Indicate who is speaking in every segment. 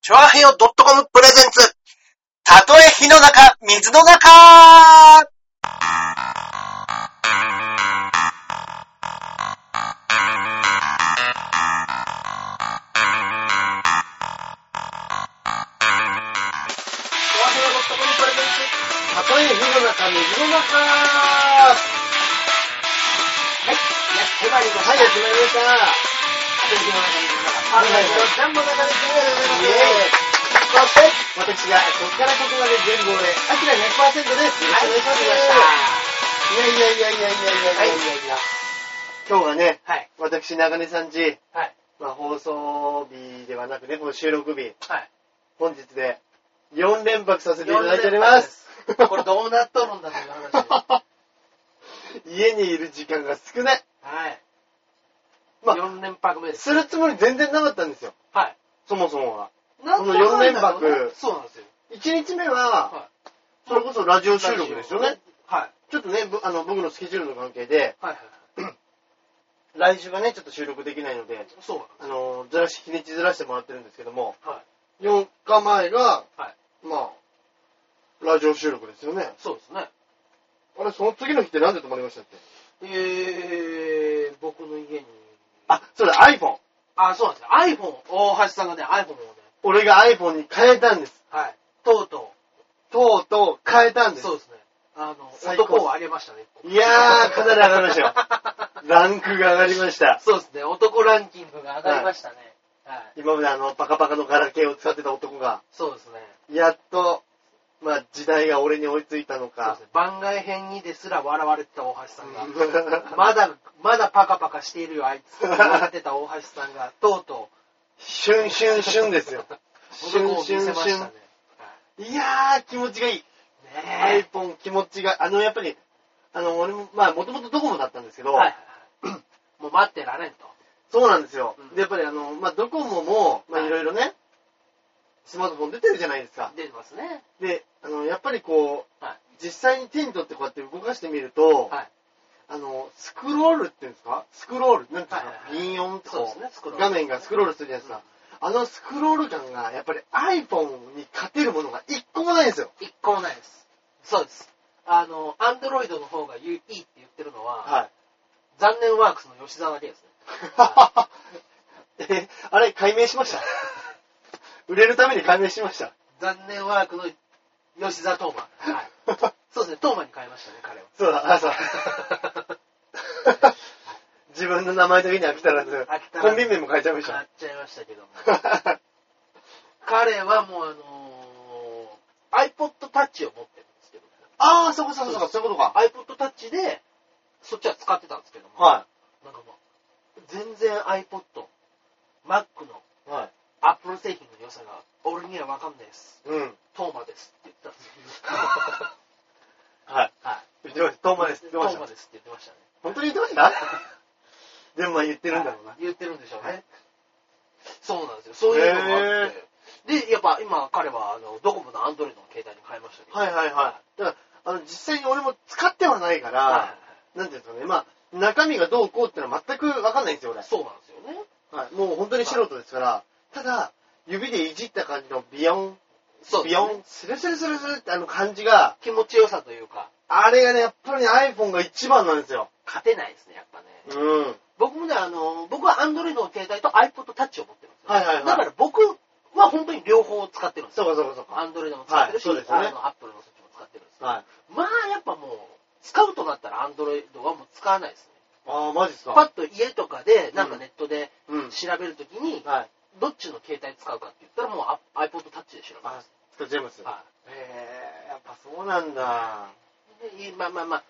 Speaker 1: チョアヘヨ .com プレゼンツ。
Speaker 2: たとえ火の中、水の中はい、やってまいりまた。たとえ火の中、水の中。イエーイ
Speaker 1: チョアヘヨ .com プレゼンツ。たとえ火の中、水の中。はい、始まりました。パンダイのジャンボ中です。そして、私がここからここまで全部俺、アキラ100%です。よろ
Speaker 2: はい、
Speaker 1: しくお願いしま
Speaker 2: 始
Speaker 1: す。
Speaker 2: まり
Speaker 1: いやいやいやいやいやいやいやいやいや、今日がね、
Speaker 2: ました。はい、
Speaker 1: 私、中根さんち、
Speaker 2: はい、
Speaker 1: まあ、放送日ではなくね、この収録日、
Speaker 2: はい。
Speaker 1: 本日で4連泊 させていただいております。
Speaker 2: これどうなっとるんだという話です。
Speaker 1: 家にいる時間が少ない。
Speaker 2: はい。
Speaker 1: まあ
Speaker 2: 4連泊目です。
Speaker 1: するつもり全然なかったんですよ。
Speaker 2: はい。
Speaker 1: そもそもは。
Speaker 2: なんとなくなんだろうねそうなんですよ。
Speaker 1: 1日目は、
Speaker 2: は
Speaker 1: それこそラジオ収録ですよね。。
Speaker 2: はい。
Speaker 1: ちょっとね、ぶあの僕のスケジュールの関係で、
Speaker 2: はいはいはい。
Speaker 1: 来週がね、ちょっと収録できないので、
Speaker 2: そうなんです
Speaker 1: あの、ずらし、日にちずらしてもらってるんですけども、
Speaker 2: はい。
Speaker 1: 4日前が、
Speaker 2: はい。
Speaker 1: まあ、ラジオ収録ですよね。
Speaker 2: そうですね。
Speaker 1: あれ、その次の日ってなんで止まりましたって。
Speaker 2: えー、僕の家に。
Speaker 1: あ、それ iPhone。
Speaker 2: あ、そうなんですよ。iPhone、大橋さんがね、iPhone をね、
Speaker 1: 俺が iPhone に変えたんです。
Speaker 2: はい。とうと
Speaker 1: とうとう変えたん
Speaker 2: う。
Speaker 1: です。
Speaker 2: そうですね。あの、
Speaker 1: 最高です
Speaker 2: 男をあげましたね。
Speaker 1: いやー、かなり上がりましたよ。ランクが上がりました。
Speaker 2: そうですね。男ランキングが上がりましたね。はい。
Speaker 1: 今まであの、パカパカのガラケーを使ってた男が、
Speaker 2: そうですね。
Speaker 1: やっと、まあ、時代が俺に追いついたの
Speaker 2: そうで
Speaker 1: か
Speaker 2: す。ね番外編にですら笑われてた大橋さんが。
Speaker 1: ま
Speaker 2: まだ、まだパカパカしているよ、あいつ。笑ってた大橋さんが、とうと
Speaker 1: シュンシュ ンシュンですよ。
Speaker 2: う、男を見せましたね。はい
Speaker 1: ン。いやー、気持ちがいい。
Speaker 2: ね
Speaker 1: iPhone 気持ちが、あの、やっぱり、あの、俺も、まあ、もともとドコモだったんですけ
Speaker 2: え。
Speaker 1: ど、
Speaker 2: はいはいはい。 もう待ってられんと。
Speaker 1: そうなんですよ。
Speaker 2: うん
Speaker 1: で、やっぱりあの、まあ、ドコモも、まあ、
Speaker 2: はい
Speaker 1: いろいろね、スマートフォン出てるじゃないですか。
Speaker 2: 出てますね。
Speaker 1: で、あの、やっぱりこう、
Speaker 2: はい
Speaker 1: 実際に手に取ってこうやって動かしてみると、
Speaker 2: はい
Speaker 1: あの、スクロールっていうんですかスクロールなんていうんですか、
Speaker 2: はいはい
Speaker 1: ビヨーンと
Speaker 2: そう
Speaker 1: こ
Speaker 2: ですね、スクロール。
Speaker 1: 画面がスクロールするじゃないですか。あのスクロール感が、やっぱり iPhone に勝てるものが一個もないんですよ。
Speaker 2: 一個もないです。そうです。あの、アンドロイドの方がいいって言ってるのは、
Speaker 1: はい。
Speaker 2: 残念ワークスの吉沢だけですね。
Speaker 1: え、あれ、解明しました 売れるために解明しました。
Speaker 2: 残念ワークの吉沢東馬。はい。そうですね、東馬に変えましたね、彼は。
Speaker 1: そうだ、あ、そう。自分の名前だけに飽きたらず、
Speaker 2: 飽きたらず
Speaker 1: コンビ名も変えちゃいまし
Speaker 2: 変わ
Speaker 1: た
Speaker 2: っ。ちゃいましたけども。
Speaker 1: は
Speaker 2: 彼はもうあのー iPod Touch を持ってるんですけど、
Speaker 1: ああ、そうかそうかそうか、そういうことか。
Speaker 2: iPod Touch で、そっちは使ってたんですけども、
Speaker 1: は
Speaker 2: なんかもう、全然 iPod、Mac の
Speaker 1: い。はい。
Speaker 2: Apple 製品の良さが、俺にはわかんないです。
Speaker 1: うん。
Speaker 2: トーマですって言ってたんですよ。
Speaker 1: はい。
Speaker 2: はい。
Speaker 1: 言ってました。トーマです。言って
Speaker 2: ト
Speaker 1: まし
Speaker 2: ーマ
Speaker 1: た。
Speaker 2: ですって言ってましたね。
Speaker 1: 本当に言ってましたでもまあ言ってるんだろうな。
Speaker 2: 言ってるんでしょうね。そうなんですよ。そういうのがあって。で、やっぱ今彼は、あの、ドコモのアンドロイドの携帯に変えましたけど。
Speaker 1: はいはいはい。だから、あの、実際に俺も使ってはないから、
Speaker 2: はいはい
Speaker 1: なんていうんですかね、まあ、中身がどうこうってのは全くわかんないんですよ、俺。
Speaker 2: そうなんですよね。
Speaker 1: はい。もう本当に素人ですから、ただ、指でいじった感じのビヨン、
Speaker 2: そう
Speaker 1: ビヨン、スルスルスルスルってあの感じが、
Speaker 2: 気持ちよさというか、
Speaker 1: あれがね、やっぱり iPhone が一番なんですよ。
Speaker 2: 勝てないですね、やっぱね。
Speaker 1: うん。
Speaker 2: 僕もね、あの、僕は Android の携帯と iPod Touch を持ってるんですよ。
Speaker 1: はいはいはい
Speaker 2: だから僕は本当に両方使ってるんです
Speaker 1: そ
Speaker 2: よ。
Speaker 1: うかそうかそうか。
Speaker 2: Android も使ってるし、
Speaker 1: はいそうですよね
Speaker 2: あの Apple のそっちも使ってるんですけど
Speaker 1: はい。
Speaker 2: まあ、やっぱもう、使うとなったら Android はもう使わないですね。
Speaker 1: ああ、マジっす
Speaker 2: パ
Speaker 1: か。
Speaker 2: ッと家とかで、なんかネットで
Speaker 1: うん。
Speaker 2: 調べるときに、
Speaker 1: はい。
Speaker 2: どっちの携帯使うかって言ったらもうあ iPod Touch で調べます。
Speaker 1: 使っちゃいます。へ
Speaker 2: は
Speaker 1: え、やっぱそうなんだ。
Speaker 2: いでまあまあまあ、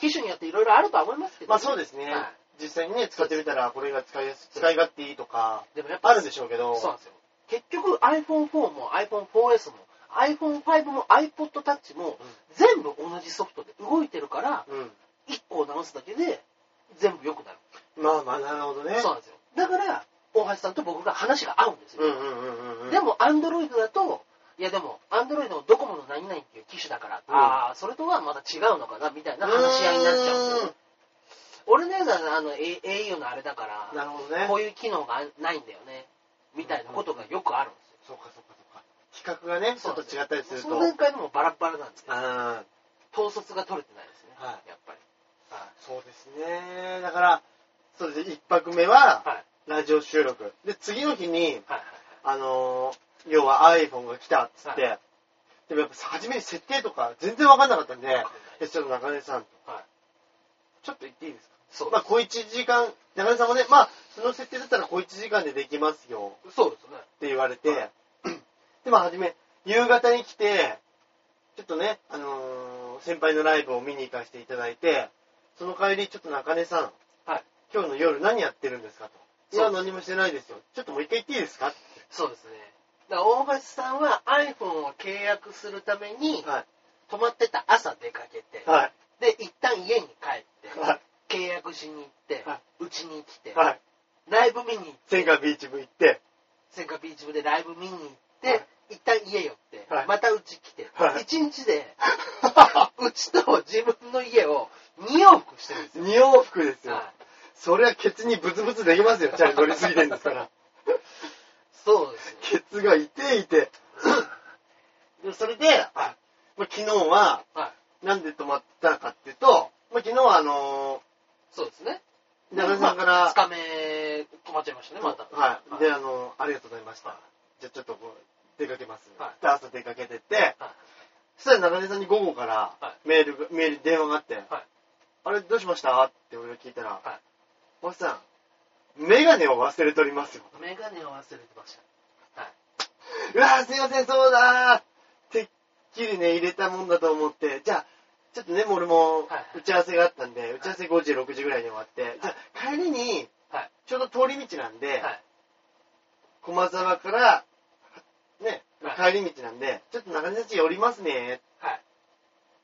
Speaker 2: 機種によっていろいろあるとは思いますけど、
Speaker 1: まあそうですね
Speaker 2: は。
Speaker 1: 実際にね、使ってみたら、これが使いやす、使い勝手いいとか、
Speaker 2: いでもやっぱ
Speaker 1: あるんでしょうけど。
Speaker 2: そうなんですよ。結局 iPhone4 も iPhone4S も iPhone5 も iPod Touch も
Speaker 1: うん
Speaker 2: 全部同じソフトで動いてるから
Speaker 1: うん。
Speaker 2: 1個を直すだけで全部良くなる。
Speaker 1: まあまあ、なるほどね。
Speaker 2: そうなんですよ。だから大橋さんと僕が話が合うんですよ。
Speaker 1: うんうんうんうんうん。
Speaker 2: でも Android だといやでも Android のドコモの何々っていう機種だから、
Speaker 1: うん
Speaker 2: ああそれとはまた違うのかなみたいな話し合いになっちゃうんですよ。俺のやつはあの A- au のあれだから
Speaker 1: なるほどね
Speaker 2: こ。ういう機能がないんだよねみたいなことがよくあるんですよ。
Speaker 1: そうかそうかそう覚がね、ち
Speaker 2: そ
Speaker 1: ょ
Speaker 2: う
Speaker 1: っ
Speaker 2: な
Speaker 1: と
Speaker 2: んですよ
Speaker 1: 違ったりする
Speaker 2: そ
Speaker 1: と。
Speaker 2: の段階でもうバラッバラなんですね
Speaker 1: うん。
Speaker 2: 統率が取れてないですね、
Speaker 1: は
Speaker 2: やっぱりは
Speaker 1: そうですね。だから、それで一泊目は、
Speaker 2: はい
Speaker 1: ラジオ収録。で、次の日に、
Speaker 2: いはい
Speaker 1: あのー要は iPhone が来たっつって、
Speaker 2: は
Speaker 1: でもやっぱ初めに設定とか全然わかんなかったんで、
Speaker 2: はい
Speaker 1: でちょっと中根さんと、
Speaker 2: はい
Speaker 1: ちょっと言っていいですか
Speaker 2: そう
Speaker 1: まあ、小1時間、中根さんもね、まあ、その設定だったら小1時間でできますよ
Speaker 2: そうですね
Speaker 1: って言われて、
Speaker 2: は
Speaker 1: で、まあ、初め、夕方に来て、ちょっとね、あのー先輩のライブを見に行かせていただいて、その帰り、ちょっと中根さん、
Speaker 2: はい
Speaker 1: 今日の夜何やってるんですかと。い
Speaker 2: そう
Speaker 1: や、何もしてないですよ。ちょっともう一回言っていいですか
Speaker 2: そうですねだから大橋さんは iPhone を契約するために
Speaker 1: は
Speaker 2: 泊まってた朝出かけて
Speaker 1: い。はい。
Speaker 2: で一旦家に帰って、
Speaker 1: はい
Speaker 2: 契約しに行って
Speaker 1: は
Speaker 2: うち、に来て、
Speaker 1: はい。
Speaker 2: ライブ見に行って
Speaker 1: 千賀ビーチ部行って、
Speaker 2: 千賀ビーチ部でライブ見に行って、
Speaker 1: はい
Speaker 2: 一旦家寄って、
Speaker 1: はい
Speaker 2: またうち来て、
Speaker 1: はい
Speaker 2: 一日で うちと自分の家を2往復してるんですよ、
Speaker 1: 二往復ですよ。
Speaker 2: はい
Speaker 1: そりゃケツにブツブツできますよ。チャリ乗りすぎてんです から。
Speaker 2: そうですよ
Speaker 1: ケツが痛い痛い。でそれで、あまあ昨日は、
Speaker 2: はい
Speaker 1: なんで止まったかっていうと、まあ、昨日はあの
Speaker 2: そうですね
Speaker 1: ー、中根さんか
Speaker 2: 2
Speaker 1: ら、
Speaker 2: 日目止まっちゃいましたねまた
Speaker 1: はい、
Speaker 2: はい
Speaker 1: で、あのーありがとうございました。じゃあちょっとこう、出かけます。
Speaker 2: はい
Speaker 1: で、朝出かけてって、そしたら中根さんに午後から
Speaker 2: は
Speaker 1: メールが、メール、電話があって、あれどうしましたって俺が聞いたら、
Speaker 2: はい
Speaker 1: おっさん、メガネを忘れとりますよ。
Speaker 2: メガネを忘れてました
Speaker 1: うわーすいません、そうだーてっきりね、入れたもんだと思って、じゃあ、ちょっとね、もう俺も
Speaker 2: はい
Speaker 1: 打ち合わせがあったんで、打ち合わせ5時、6時ぐらいに終わって、じゃあ帰りに
Speaker 2: はい、
Speaker 1: ちょうど通り道なんで、
Speaker 2: はい
Speaker 1: 駒沢から、ね、
Speaker 2: はい
Speaker 1: 帰り道なんで、ちょっと中根たち寄りますね
Speaker 2: はい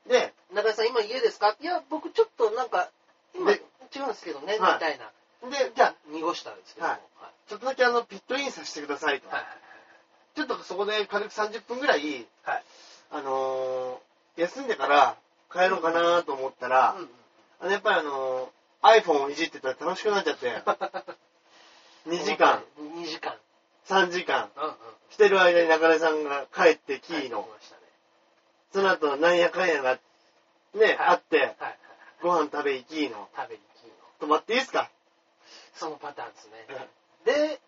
Speaker 1: ー。で、
Speaker 2: 中井さん今家ですかいや僕ちょっとなんか今違
Speaker 1: で
Speaker 2: うんですけどねみ
Speaker 1: はい
Speaker 2: たいな
Speaker 1: で、じゃあ、
Speaker 2: 濁したんですけども
Speaker 1: はいちょっとだけあの、ピットインさせてくださいと。
Speaker 2: はい
Speaker 1: ちょっとそこで軽く30分ぐらい、
Speaker 2: はい
Speaker 1: あのー休んでから帰ろうかなーと思ったら、
Speaker 2: はい うん
Speaker 1: あのやっぱりあのー iPhone をいじってたら楽しくなっちゃって、2時間、
Speaker 2: 2時間
Speaker 1: 3時間、
Speaker 2: うんうん
Speaker 1: してる間に中根さんが帰ってきーの、
Speaker 2: はい来ましたね
Speaker 1: その後なんやかんやが、ね、
Speaker 2: はい
Speaker 1: あって、
Speaker 2: はいはい
Speaker 1: ご飯食べ行きーの、
Speaker 2: 食べに来るの
Speaker 1: 泊まっていいですか
Speaker 2: そのパターンですね
Speaker 1: はい
Speaker 2: で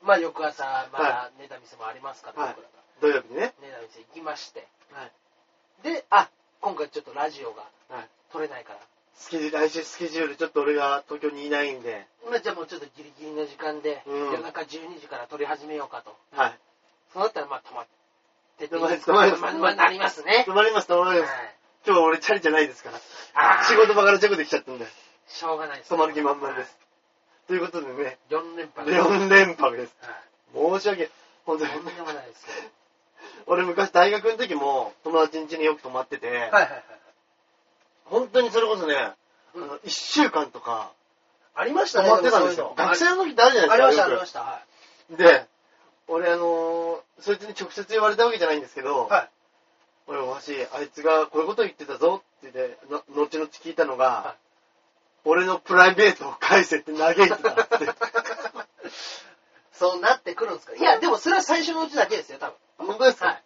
Speaker 2: まあ翌朝ま
Speaker 1: は
Speaker 2: だ寝た店もありますから
Speaker 1: はい
Speaker 2: 僕らが
Speaker 1: 土曜日ね。
Speaker 2: 寝た店行きまして
Speaker 1: はい
Speaker 2: であ今回ちょっとラジオが
Speaker 1: はい
Speaker 2: 撮れないから
Speaker 1: スケジュール、来週スケジュール、ちょっと俺が東京にいないんで、
Speaker 2: まあじゃあもうちょっとギリギリの時間で、
Speaker 1: うん
Speaker 2: 夜中12時から撮り始めようかと。
Speaker 1: はい。
Speaker 2: そうなったらまあ止まってていいです
Speaker 1: 止まります
Speaker 2: まあまあなりますね。
Speaker 1: 泊まります、泊まります。今日俺チャリじゃないですから。
Speaker 2: はい
Speaker 1: 仕事場から直できちゃったんで、
Speaker 2: しょうがないです、
Speaker 1: 泊まる気満々です。。ということでね、
Speaker 2: 4連覇はい。
Speaker 1: 4連泊です。申し訳、本当に
Speaker 2: と。んでもないですよ。
Speaker 1: 俺昔大学の時も友達ん家によく泊まってて、
Speaker 2: はいはいはい。
Speaker 1: 本当にそれこそね、あ
Speaker 2: うん
Speaker 1: の1週間とか
Speaker 2: ありました
Speaker 1: 泊
Speaker 2: ね。
Speaker 1: まってたんですよ。
Speaker 2: でも
Speaker 1: 学
Speaker 2: そういう
Speaker 1: 生の時ってあるじゃ
Speaker 2: のあ
Speaker 1: な
Speaker 2: り
Speaker 1: い
Speaker 2: ま
Speaker 1: で
Speaker 2: し
Speaker 1: す
Speaker 2: た、
Speaker 1: か。
Speaker 2: ありまし
Speaker 1: よ
Speaker 2: た。は
Speaker 1: くで、俺あのーそいつに直接言われたわけじゃないんですけど、
Speaker 2: い。はい。
Speaker 1: 俺おしあいつがこういうこと言ってたぞって言って、の後々聞いたのが、
Speaker 2: は
Speaker 1: 俺のプライベートを返せって嘆いてたって。
Speaker 2: そうなってくるんですかいや、でもそれは最初のうちだけですよ、多分。
Speaker 1: 本当ですか、
Speaker 2: はい。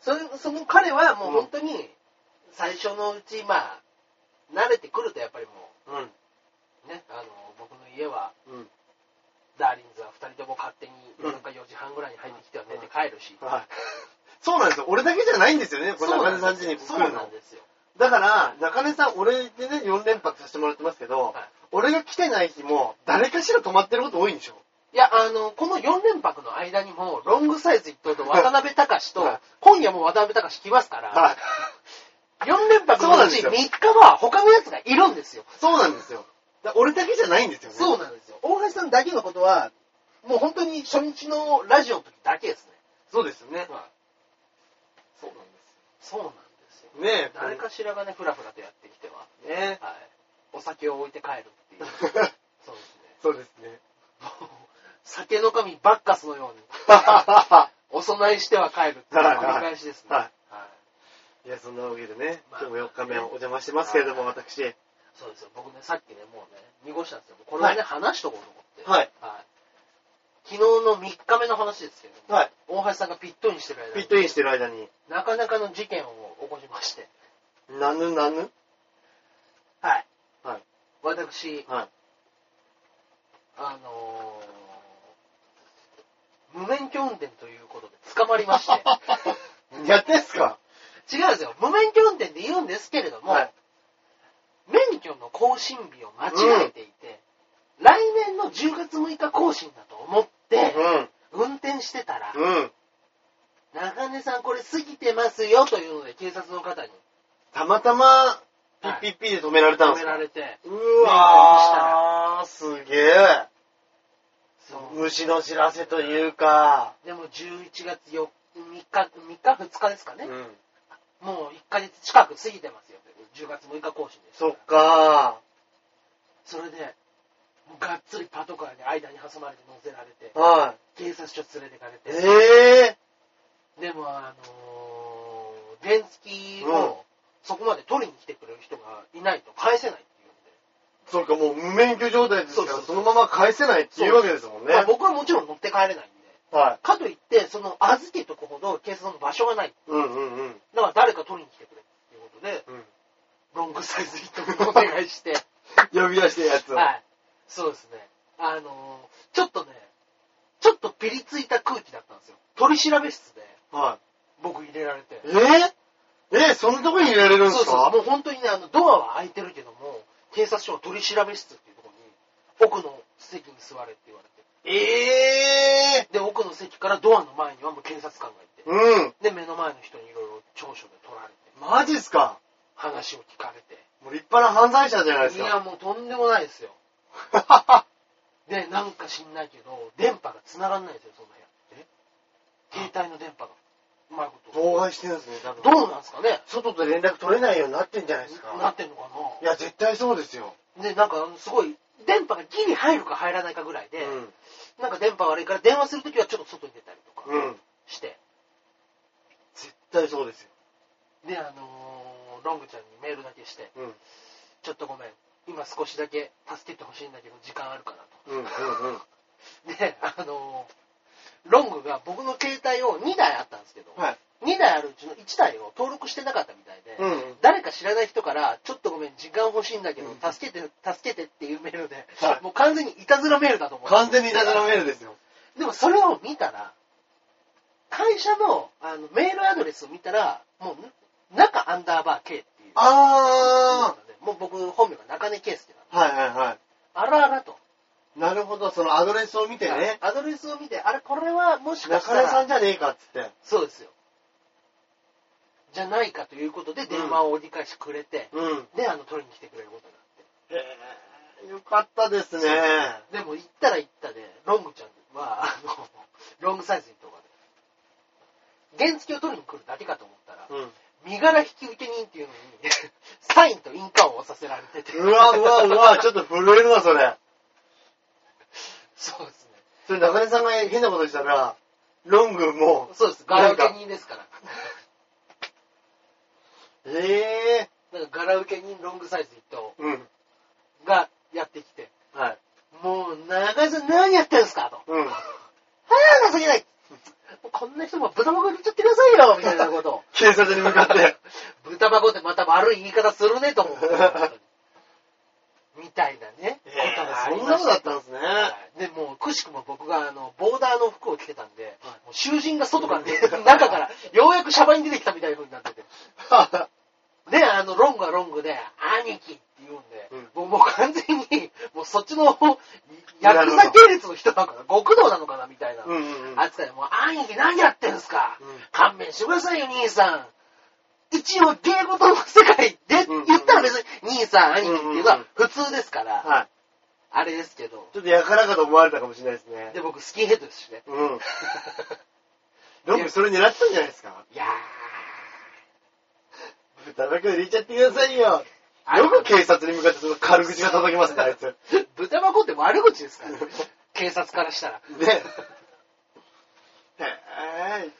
Speaker 2: それ、その彼はもう本当に、最初のうち、まあ、慣れてくるとやっぱりもう、ね、あの、僕の家は、
Speaker 1: うん。うん。
Speaker 2: ダーリンズは2人とも勝手に夜中4時半ぐらいに入ってきては寝て帰るし、
Speaker 1: はい。そうなんですよ。俺だけじゃないんですよね、この中根さん家に来
Speaker 2: そう
Speaker 1: る
Speaker 2: なん
Speaker 1: の。
Speaker 2: ですよ。
Speaker 1: だから、中根さん、俺でね、4連泊させてもらってますけど、
Speaker 2: はい
Speaker 1: 俺が来てない日も、誰かしら泊まってること多いんでしょ
Speaker 2: いや、あの、この4連泊の間にも、ロングサイズ一等と渡辺隆と
Speaker 1: はい、
Speaker 2: 今夜も渡辺隆来ますから、
Speaker 1: い。
Speaker 2: 4連泊のうち
Speaker 1: そうな
Speaker 2: 3
Speaker 1: んで
Speaker 2: 日は他のやつがいるんですよ。
Speaker 1: そうなんですよ。だ俺だけじゃないんですよね。
Speaker 2: そうなんですよ。大橋さんだけのことは、もう本当に初日のラジオの時だけですね。
Speaker 1: そうですよね。
Speaker 2: そうなんです。そうなんですよ。
Speaker 1: ねえ。
Speaker 2: 誰かしらがね、ふらふらとやってきては、
Speaker 1: ね
Speaker 2: はい。お酒を置いて帰るって いう。そうですね。
Speaker 1: そうです ね。
Speaker 2: もう酒の神バッカスのように、お供えしては帰るっていう
Speaker 1: はい
Speaker 2: 繰り返しですね。
Speaker 1: はい
Speaker 2: はい
Speaker 1: いや、そんなわけでね、
Speaker 2: まあ
Speaker 1: 今日も4日目お邪魔してますけれども、
Speaker 2: は
Speaker 1: 私。
Speaker 2: そうですよ。僕ね、さっきね、もうね、濁したんですよ。これはね、話しとこうと思って。
Speaker 1: はい。
Speaker 2: はい。昨日の3日目の話ですけど、
Speaker 1: はい。
Speaker 2: 大橋さんがピットインしてる間
Speaker 1: ピッ
Speaker 2: に、
Speaker 1: トインしてる間に、
Speaker 2: なかなかの事件を起こしまして、
Speaker 1: なぬ なぬ
Speaker 2: はい。
Speaker 1: はい。
Speaker 2: 私、
Speaker 1: はい。
Speaker 2: あのー無免許運転ということで捕まりまして、
Speaker 1: やってんすか
Speaker 2: 違うんですよ。無免許運転で言うんですけれども、
Speaker 1: はい
Speaker 2: 免許の更新日を間違えていて、来年の10月6日更新だと思って、運転してたら
Speaker 1: う、ん。うん。
Speaker 2: 中根さんこれ過ぎてますよというので警察の方に
Speaker 1: たまたま、ピッピッピで止められ
Speaker 2: 止
Speaker 1: たんで
Speaker 2: め
Speaker 1: す
Speaker 2: ら
Speaker 1: か
Speaker 2: れて、
Speaker 1: うわー、すげえ。
Speaker 2: そう。
Speaker 1: 虫の知らせというか、
Speaker 2: でも11月4日、3日、2日ですかね。
Speaker 1: ん。
Speaker 2: もう1ヶ月近く過ぎてますよ。10月6日更新です。
Speaker 1: そっか
Speaker 2: それで、もうがっつりパトカーに間に挟まれて乗せられて、
Speaker 1: ー。はい。
Speaker 2: 警察署連れてかれて、
Speaker 1: え
Speaker 2: でも、あのー、電付き
Speaker 1: うん
Speaker 2: をそこまで取りに来てくれる人がいないと返せないっていうんで、
Speaker 1: ー。そっか、もう無免許状態ですから、
Speaker 2: そうそう
Speaker 1: そのまま返せないっていうわけですもんね。
Speaker 2: まあ、僕はもちろん乗って帰れないんで、
Speaker 1: はい。
Speaker 2: かといって、その預けとくほど警察の場所がない。
Speaker 1: うんうんうん。
Speaker 2: だから誰か取りに来てくれっていうことで、
Speaker 1: うん
Speaker 2: ロングサイズヒットをお願い して、
Speaker 1: 呼び出してるやつを。
Speaker 2: はい。そうですね。あのー、ちょっとね、ちょっとピリついた空気だったんですよ。取り調べ室で
Speaker 1: は
Speaker 2: 僕入れられて。
Speaker 1: い。えー、えー、そんなとこに入れれるんで
Speaker 2: そ
Speaker 1: す
Speaker 2: うそう、
Speaker 1: か
Speaker 2: もう本当にね、あの、ドアは開いてるけども、警察署の取り調べ室っていうところに、奥の席に座れって言われて。
Speaker 1: ええ
Speaker 2: で、奥の席からドアの前にはもう警察官がいて
Speaker 1: ー。。うん。
Speaker 2: で、目の前の人にいろいろ聴取で取られて、
Speaker 1: マジっすか
Speaker 2: 話を聞かれて。
Speaker 1: もう立派な犯罪者じゃないです
Speaker 2: いや、
Speaker 1: か。
Speaker 2: もうとんでもないですよ。で、なんか知んないけど、電波が繋がんないんですよ、その部屋。え携帯の電波が。うまいこと。
Speaker 1: 妨害してるんですね、多分。
Speaker 2: どうなんですかね
Speaker 1: 外と連絡取れないようになってんじゃないです
Speaker 2: なっ
Speaker 1: か。
Speaker 2: てんのか
Speaker 1: いや、絶対そうですよ。
Speaker 2: なで、なんか、すごい、電波がギリ入るか入らないかぐらいで、
Speaker 1: うん。
Speaker 2: なんか電波悪いから電話するときはちょっと外に出たりとか
Speaker 1: うん。
Speaker 2: して、
Speaker 1: 絶対そうですよ。
Speaker 2: で、あのーロングちゃんにメールだけして、
Speaker 1: うん。
Speaker 2: ちょっとごめん、今少しだけ助けてほしいんだけど時間あるか
Speaker 1: うんうんうん。
Speaker 2: なと。で、あのーロングが僕の携帯を2台あったんですけど、
Speaker 1: はい。
Speaker 2: 2台あるうちの1台を登録してなかったみたいで、
Speaker 1: うん。
Speaker 2: 誰か知らない人から、ちょっとごめん、時間欲しいんだけど
Speaker 1: うん、
Speaker 2: 助けて、助けてっていうメールで、
Speaker 1: はい
Speaker 2: もう完全にいたずらメールだと思う。
Speaker 1: 完全にいたずらメールですよ。
Speaker 2: でもそれを見たら、会社のあのメールアドレスを見たら、もう、中アンダーバー K っていう。
Speaker 1: あ
Speaker 2: もう僕、本名が中根圭介なの。
Speaker 1: ー。はいはいは
Speaker 2: あらあらと。
Speaker 1: い。なるほど、そのアドレスを見てね。
Speaker 2: アドレスを見て、あれ、これはもしかした
Speaker 1: 中根さん
Speaker 2: ら、
Speaker 1: じゃねえかっつって。
Speaker 2: そうですよ。じゃないかということで、電話を折り返してくれて、
Speaker 1: うん。
Speaker 2: で、あの、取りに来てくれることになって。
Speaker 1: えー、よかったですね。
Speaker 2: でも行ったら行ったで、ロングちゃんは、あの、ロングサイズにとかで、原付を取りに来るだけかと思ったら、
Speaker 1: うん。
Speaker 2: 身柄引き受け人っていうのに、 サインと印鑑を押させられてて。
Speaker 1: うわうわうわ、ちょっと震えるわ、それ。
Speaker 2: そうですね。
Speaker 1: それ中根さんが変なことしたら、ロングも、
Speaker 2: そうです。柄受け人ですから。
Speaker 1: ええ
Speaker 2: だから柄受け人ロングサイズ一等
Speaker 1: ー。うん。
Speaker 2: がやってきて、
Speaker 1: はい。
Speaker 2: もう、長井さん何やってんすかと。
Speaker 1: うん。
Speaker 2: 早くすぎないもうこんな人も豚箱に入れちゃってくださいよみたいなこと を。
Speaker 1: 警察に向かって。
Speaker 2: 豚箱ってまた悪い言い方するねと 思う。みたいなね。
Speaker 1: え
Speaker 2: ことがあ
Speaker 1: ー、
Speaker 2: り
Speaker 1: そんな
Speaker 2: ま
Speaker 1: こ
Speaker 2: し
Speaker 1: と
Speaker 2: た
Speaker 1: だっ。たんですね。
Speaker 2: はいで、もう、くしくも僕が、あの、ボーダーの服を着てたんで、
Speaker 1: はい
Speaker 2: もう囚人が外から出て、 中から、ようやくシャバに出てきたみたいな風になって て。で、あの、ロングはロングで、兄貴って言うんで、
Speaker 1: うん
Speaker 2: もうもう完全に、もうそっちの、ヤクザ系列の人なのかな、極道なのかな、みたいな。
Speaker 1: うんうんうん。
Speaker 2: 扱いで、もう、兄貴何やってんすか、
Speaker 1: うん
Speaker 2: 勘弁してくださいよ、兄さん。一応、芸事の世界で、
Speaker 1: うんうん
Speaker 2: 言ったら別に、兄さん、兄貴っていうの
Speaker 1: うんうん
Speaker 2: は普通ですから、
Speaker 1: はい。
Speaker 2: あれですけど、
Speaker 1: ちょっとやからかと思われたかもしれないですね。
Speaker 2: で、僕、スキンヘッドですしね。
Speaker 1: うん。ロングそれ狙ってたんじゃないですか
Speaker 2: いや
Speaker 1: 豚箱入れちゃってくださいよ。
Speaker 2: ー。
Speaker 1: よく警察に向かってその軽口が叩きますね、あいつ。ね。
Speaker 2: 豚箱って悪口です からね。警察からしたら。
Speaker 1: へえ。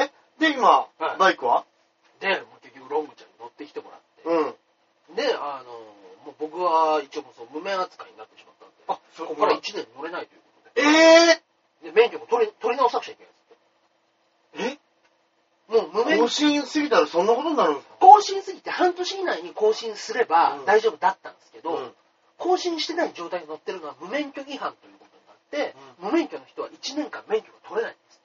Speaker 1: え、で今、
Speaker 2: はい
Speaker 1: バイクは
Speaker 2: で、もう結局、ロングちゃんに乗ってきてもらって。
Speaker 1: うん。
Speaker 2: で、あの、もう僕は一応もうそう無免扱いになってしまったんで、
Speaker 1: あそう
Speaker 2: ここから1年乗れないというこ
Speaker 1: ええ
Speaker 2: とで。で、
Speaker 1: 更新過ぎたらそんなことになるんですか
Speaker 2: 更新すぎて半年以内に更新すれば
Speaker 1: うん
Speaker 2: 大丈夫だったんですけど、
Speaker 1: うん
Speaker 2: 更新してない状態に乗ってるのは無免許違反ということになって、無免許の人は1年間免許が取れないんです。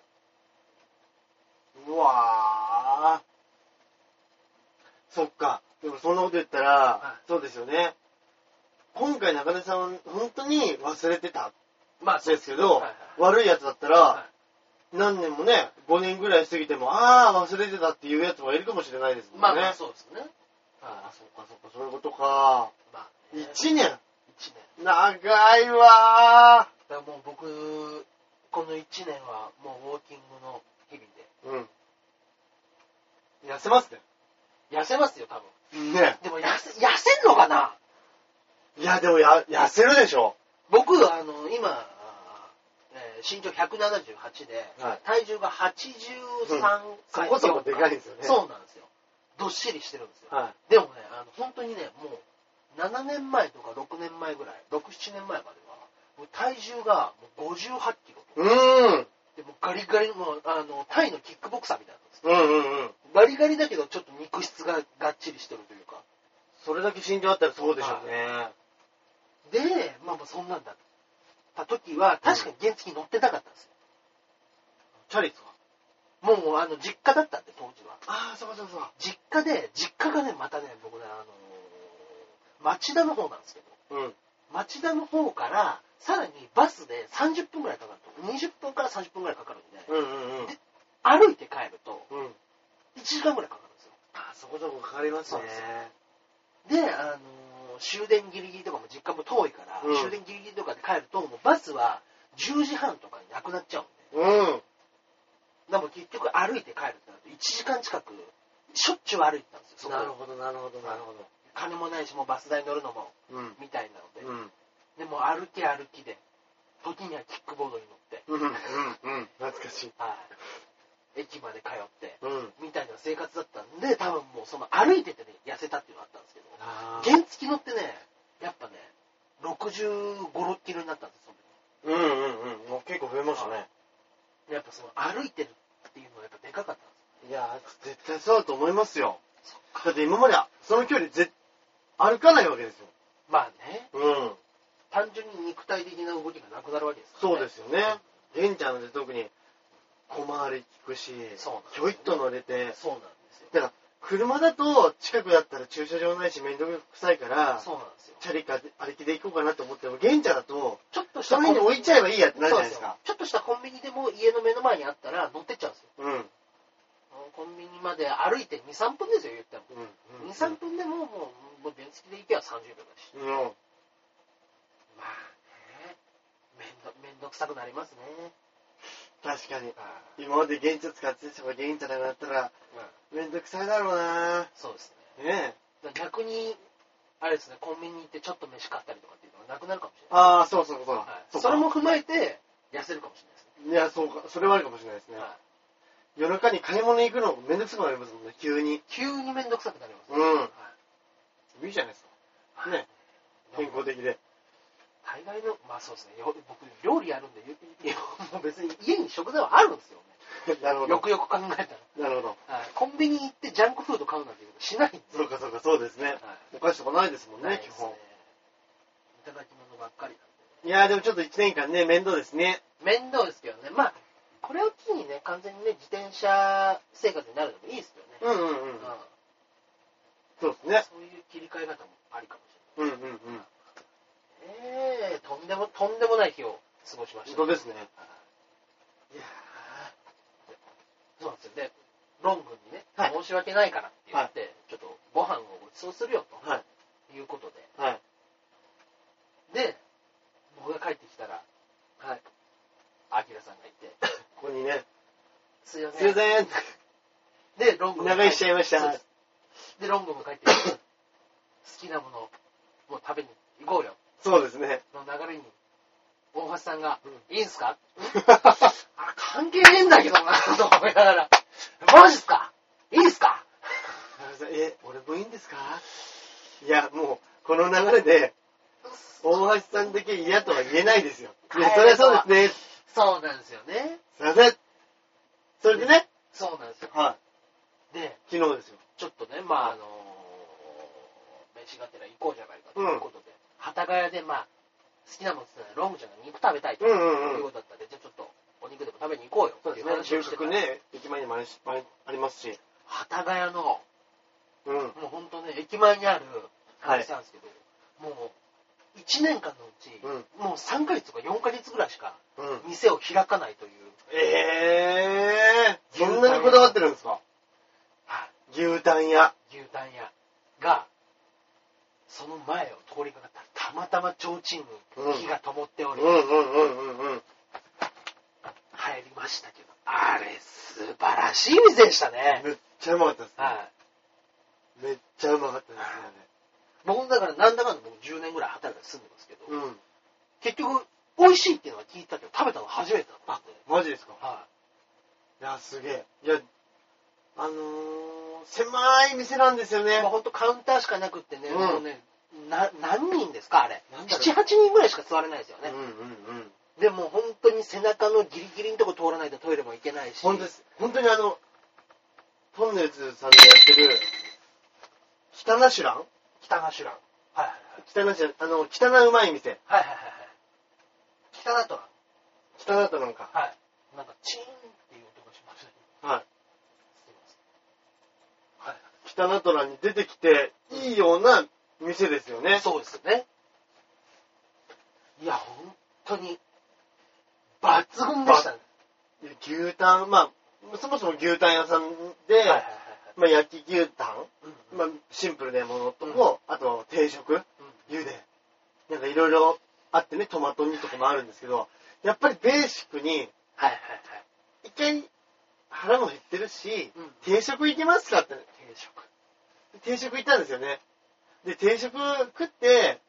Speaker 1: うわーそっか。でもそんなこと言ったら、
Speaker 2: は
Speaker 1: そうですよね。今回中根さんは本当に忘れてた
Speaker 2: まあ
Speaker 1: んですけど、
Speaker 2: はいはい
Speaker 1: 悪いやつだったら、
Speaker 2: は
Speaker 1: 何年もね、5年ぐらい過ぎても、ああ、忘れてたっていうやつもいるかもしれないですもんね。
Speaker 2: まあまあそうですね。
Speaker 1: あ
Speaker 2: あ
Speaker 1: ーそっかそっか、そういうことか。
Speaker 2: まあね、
Speaker 1: 1年
Speaker 2: 一年。
Speaker 1: 長いわ
Speaker 2: だからもう僕、この1年はもうウォーキングの日々
Speaker 1: ーうん。痩せますね。
Speaker 2: で。痩せますよ、多分。
Speaker 1: ね。
Speaker 2: でも痩せ、痩せんのかない
Speaker 1: や、でもや、痩せるでしょ。
Speaker 2: 僕、あの、今、あーえー身長178で、
Speaker 1: はい
Speaker 2: 体重が83
Speaker 1: そ
Speaker 2: 回、
Speaker 1: こそこでかいんですよね。
Speaker 2: そうなんですよ。どっしりしてるんですよ。
Speaker 1: は
Speaker 2: でもね、あの、本当にね、もう、7年前とか6年前ぐらい、6、7年前までは、もう体重がもう58キロ
Speaker 1: い。うーん。
Speaker 2: でもうガリガリの、もうあの、タイのキックボクサーみたいなんです。
Speaker 1: うんうんうん。
Speaker 2: ガリガリだけど、ちょっと肉質ががっちりしてるというか。
Speaker 1: それだけ身長あったらそうでしょうね。
Speaker 2: で、まあまあそんなんだった時は、確かに原付に乗ってなかったんですよ。
Speaker 1: チャリですか
Speaker 2: もう、あの、実家だったんで、当時は。
Speaker 1: ああ、そうかそうか
Speaker 2: 実家で、実家がね、またね、僕ね、あのー町田の方なんですけど、
Speaker 1: そう。うん。
Speaker 2: 町田の方から、さらにバスで30分ぐらいかかると。20分から30分ぐらいかかるんで、
Speaker 1: うんうんうん。
Speaker 2: 歩いて帰ると、
Speaker 1: うん。
Speaker 2: 1時間ぐらいかかるんですよ。
Speaker 1: ああ、そこそこかかりますね。
Speaker 2: で、あのー終電ギリギリとかも実家も遠いから、
Speaker 1: うん
Speaker 2: 終電ギリギリとかで帰ると、もうバスは10時半とかになくなっちゃうんで、
Speaker 1: うん。
Speaker 2: でも結局歩いて帰るってなると、1時間近く、しょっちゅう歩いてたんですよ、そこ
Speaker 1: なるほど、なるほど、なるほ
Speaker 2: 金もないし、もうバス代乗るのも、
Speaker 1: ど。うん。
Speaker 2: みたいなので、
Speaker 1: うん。
Speaker 2: でもう歩き歩きで、時にはキックボードに乗って、
Speaker 1: うん。うん。うん。懐かしい。
Speaker 2: はい駅まで通って、
Speaker 1: うん。
Speaker 2: みたいな生活だったんで、多分もうその歩いててね、痩せたっていうのがあったんですけど、
Speaker 1: あ
Speaker 2: 原付き乗ってね、やっぱね、65、6キロになったんですよ、
Speaker 1: うんうんうん。もう結構増えまし
Speaker 2: そ
Speaker 1: たね。
Speaker 2: の時やっぱその歩いてるっていうのはやっぱでかかったんで
Speaker 1: いやー、絶対そうだと思いますよ。だって今まではその距離絶歩かないわけですよ。
Speaker 2: す。まあね、
Speaker 1: うん。
Speaker 2: 単純に肉体的な動きがなくなるわけですから、
Speaker 1: そうですよね。玄ちゃんなんて特に小回り効くし、
Speaker 2: そうなんですよね
Speaker 1: ひょいっと乗れて、
Speaker 2: そうなんですよ。
Speaker 1: 車だと近くだったら駐車場ないし面倒くさいから、
Speaker 2: そうなんですよ。
Speaker 1: チャリか歩きで行こうかなと思っても、玄ちゃんだと、
Speaker 2: ちょっとした
Speaker 1: その辺に置いちゃえばいいやってな
Speaker 2: そ
Speaker 1: るじゃ
Speaker 2: う
Speaker 1: な
Speaker 2: で
Speaker 1: いですす
Speaker 2: よ
Speaker 1: か。
Speaker 2: ちょっとしたコンビニでも家の目の前にあったら乗ってっちゃうんですよ。
Speaker 1: うん。うん。
Speaker 2: コンビニまで歩いて2、3分ですよ、言っても。
Speaker 1: うん
Speaker 2: 2、3分でももう、もう原付きで行けば30秒だし。
Speaker 1: うん。
Speaker 2: まあね、めんど、めんどくさくなりますね。
Speaker 1: 確かに。
Speaker 2: あ
Speaker 1: 今まで玄茶使ってた人が玄茶なくなったら、
Speaker 2: うん
Speaker 1: めんどくさいだろうな
Speaker 2: そうですね。
Speaker 1: ぁ。ねえ。
Speaker 2: だから逆に、あれですね、コンビニ行ってちょっと飯買ったりとかっていうのがなくなるかもしれない。
Speaker 1: ああ、そうそうそう。
Speaker 2: はい、
Speaker 1: そうか
Speaker 2: それも踏まえて、痩せるかもしれないですね。
Speaker 1: いや、そうか。それはあるかもしれないですね。
Speaker 2: はい
Speaker 1: 夜中に買い物行くのめんどくさくなりますもんね、急に。
Speaker 2: 急にめんどくさくなりますね。
Speaker 1: うん。
Speaker 2: はい
Speaker 1: いじゃないですか。ね。健康的 で。
Speaker 2: 大概の、まあそうですね、よ僕、料理やるんで、よいやもう別に家に食材はあるんですよ、
Speaker 1: なるほ
Speaker 2: よ
Speaker 1: ど。
Speaker 2: くよく考えた
Speaker 1: なるほど。
Speaker 2: ら、はいコンビニ行ってジャンクフード買うなんていうことしないんです
Speaker 1: そうかそうか、そうですね。
Speaker 2: はい
Speaker 1: お菓子とかないですもん
Speaker 2: ない
Speaker 1: ね
Speaker 2: で、すね
Speaker 1: 基本。
Speaker 2: いただき物ばっかり
Speaker 1: いやーでもちょっと1年間ね、面倒ですね。
Speaker 2: なんで。面倒ですけどね、まあ、これを機にね、完全にね、自転車生活になるのもいいですけどね。
Speaker 1: うんうんうん
Speaker 2: うん。
Speaker 1: そうですね。
Speaker 2: そういう切り替え方もありかもし
Speaker 1: うんうんうん。
Speaker 2: れない。ええとんでも、とんでもない日を過ごしました。
Speaker 1: 本当ですね。いや
Speaker 2: そうなんですよ。で、ロン君にね、
Speaker 1: はい
Speaker 2: 申し訳ないからって言って、ちょっとご飯をごちそうするよ
Speaker 1: ーはい。
Speaker 2: ということで、
Speaker 1: はい。
Speaker 2: で、僕が帰ってきたら、
Speaker 1: はい。
Speaker 2: アキラさんがい て、
Speaker 1: ここにね、
Speaker 2: すいません。
Speaker 1: すいません。
Speaker 2: で、ロン君が
Speaker 1: 長居しちゃいまし
Speaker 2: そう
Speaker 1: た
Speaker 2: で。すで、ロン君が帰ってきて、好きなものをもう食べに行こうよ
Speaker 1: そうですね。
Speaker 2: の流れに、大橋さんが、
Speaker 1: う
Speaker 2: いいんすかあ関係ねえんだけどな、と思いながら、マジっすかいいんすか
Speaker 1: え、俺もいいんですかいや、もう、この流れで、大橋さんだけ嫌とは言えないですよ。いや、それはそうですね。
Speaker 2: そうなんですよね。
Speaker 1: すいません。それでね、
Speaker 2: そうなんですよ。
Speaker 1: は昨日ですよ。
Speaker 2: ちょっとね、まああの飯がてら行こうじゃないかということで、幡ヶ谷で、まあ、好きなものって言ったら、ロングちゃんが肉食べたいと
Speaker 1: うんうんうん
Speaker 2: いうことだったんで、じゃあちょっとお肉でも食べに行こうよ
Speaker 1: そう
Speaker 2: ってい
Speaker 1: です
Speaker 2: う
Speaker 1: ね。
Speaker 2: 話をし
Speaker 1: 収
Speaker 2: てた
Speaker 1: 穫ね、駅前にもありしありありますし。
Speaker 2: 幡ヶ谷の、
Speaker 1: うん。
Speaker 2: もう本当ね、駅前にある
Speaker 1: はい
Speaker 2: 店なんですけど、もう1年間のうち、
Speaker 1: うん
Speaker 2: もう3ヶ月とか4ヶ月ぐらいしか
Speaker 1: うん。
Speaker 2: 店を開かないという、
Speaker 1: えー、そんなにこだわってるんですか牛タン屋。
Speaker 2: 牛タン屋が、その前を通りかかったら、たまたま提灯に火が灯ってお
Speaker 1: うん
Speaker 2: り、
Speaker 1: うんうんうんうん。
Speaker 2: 入りましたけど、あれ、素晴らしい店でしたね。
Speaker 1: めっちゃうまかったですね。
Speaker 2: はい。
Speaker 1: めっちゃうまかったです
Speaker 2: 僕、だから、なんだかんだ僕10年ぐらい働いて住んでますけど、
Speaker 1: よね。うん。
Speaker 2: 結局、美味しいっていうのは聞いたけど、食べたの初めてだったんで、
Speaker 1: マジですか
Speaker 2: はい
Speaker 1: や、すげえ。いや、あのー、狭い店なんですよ
Speaker 2: い。
Speaker 1: ね
Speaker 2: まあ、。ほんとカウンターしかなくってね、
Speaker 1: うん
Speaker 2: もうね、な、何人ですか、あれ
Speaker 1: 何。だろう
Speaker 2: 7、8人ぐらいしか座れないですよ
Speaker 1: うん
Speaker 2: ね。
Speaker 1: うんうん。
Speaker 2: でも、本当に背中のギリギリのとこ通らないとトイレも行けないし。
Speaker 1: 本当です。本当にあの、トンネルズさんでやってる、北ナシュラン
Speaker 2: 北頭。はいはい
Speaker 1: 北ナシュラン、あの、北なうまい店。
Speaker 2: はい。はいはいはいはい。北だとは、
Speaker 1: 北だとなんか。
Speaker 2: はい。なんか、チーンっていう音がしましたね。
Speaker 1: はい。
Speaker 2: すいません。はい。
Speaker 1: 北ナトラに出てきて、いいような店ですよね。
Speaker 2: そうですよね。いや、本当に、抜群でしたね。
Speaker 1: いや牛タン、まあ、そもそも牛タン屋さんで、
Speaker 2: はいはいはい
Speaker 1: まあ、焼き牛タ
Speaker 2: はい
Speaker 1: ン、まあ、シンプルなものとも、あと定食、
Speaker 2: う
Speaker 1: 茹で、なんかいろいろあってね、トマト煮とかもあるんですけど、やっぱりベーシックに、
Speaker 2: はいはいはい。
Speaker 1: 一回腹も減ってるし、
Speaker 2: うん
Speaker 1: 定食行きますかって、
Speaker 2: 定食。
Speaker 1: 定食行ったんですよね。で、定食食って、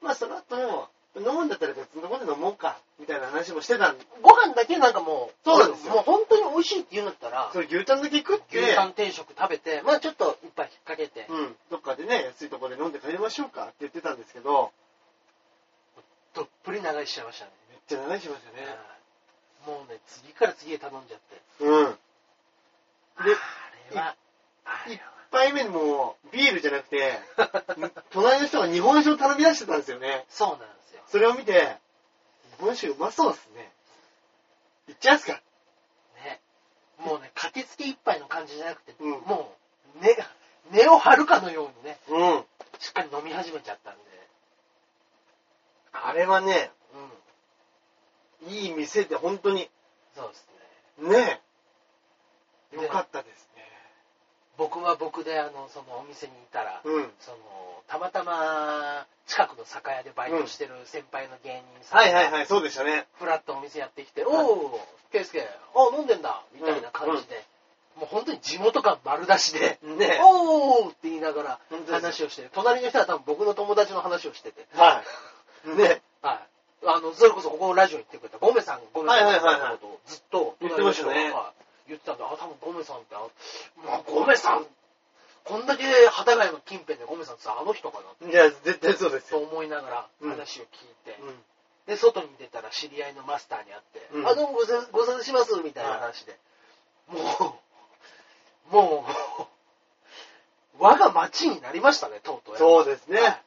Speaker 1: まあその後、飲むんだったら別のところで飲もうか、みたいな話もしてたんで、
Speaker 2: ご飯だけなんかもう、
Speaker 1: そうなんですよ
Speaker 2: もう本当に美味しいって言うんだったら
Speaker 1: そ、れ牛タンだけ食って、
Speaker 2: 牛タン定食食べて、まあちょっといっぱい引っ掛けて、
Speaker 1: うん、どっかでね、安いところで飲んで帰りましょうかって言ってたんですけど、
Speaker 2: どっぷり長いしちゃいましたね。
Speaker 1: めっちゃ長いしましたね。
Speaker 2: もうね、次から次へ頼んじゃって。
Speaker 1: うん。
Speaker 2: あ
Speaker 1: で
Speaker 2: れは、あ
Speaker 1: 一
Speaker 2: れ
Speaker 1: 杯目にもうビールじゃなくて、
Speaker 2: は。
Speaker 1: 隣の人が日本酒を頼み出してたんですよね。
Speaker 2: そうなんですよ。
Speaker 1: それを見て、日本酒うまそうですね。いっちゃいますか
Speaker 2: ね。もうね、駆けつけ一杯の感じじゃなくて、
Speaker 1: うん
Speaker 2: もう、根が、根を張るかのようにね、
Speaker 1: うん。
Speaker 2: しっかり飲み始めちゃったんで。
Speaker 1: あれはね、
Speaker 2: うん。
Speaker 1: いい店で本当に、
Speaker 2: そうですね。
Speaker 1: ねえ、
Speaker 2: ね
Speaker 1: よかったですね。
Speaker 2: 僕は僕で、あの、そのお店にいたら、
Speaker 1: うん。
Speaker 2: その、たまたま、近くの酒屋でバイトしてる先輩の芸人さん
Speaker 1: はい
Speaker 2: が、
Speaker 1: はいはい、そうでしたね。
Speaker 2: ふらっとお店やってきて、お
Speaker 1: はい
Speaker 2: おケイスケ、あ飲んでんだ、みたいな感じで、もう本当に地元感丸出しで、
Speaker 1: ね
Speaker 2: おおって言いながら
Speaker 1: 本当です
Speaker 2: 話をしてる。隣の人は多分僕の友達の話をしてて、
Speaker 1: え。はい。ね
Speaker 2: はい。あの、それこそここのラジオに行ってくれたゴメさん、ゴメさん
Speaker 1: はいはいはいはい
Speaker 2: のことをずっと
Speaker 1: 言ってましたね
Speaker 2: 隣の人が言ってたんで、あ、多分ゴメさんって、あまあ、ゴメさん、こんだけ幡ヶ谷の近辺でゴメさんってさあの人かな
Speaker 1: え。いや、絶対そうです
Speaker 2: と
Speaker 1: よ。
Speaker 2: 思いながら
Speaker 1: うん
Speaker 2: 話を聞いて、
Speaker 1: うん。
Speaker 2: で、外に出たら知り合いのマスターに会って、
Speaker 1: うん
Speaker 2: あ、どうもごせご参します、みたいな話で。もう、もう、我が町になりましたね、とうとう。
Speaker 1: そうですね。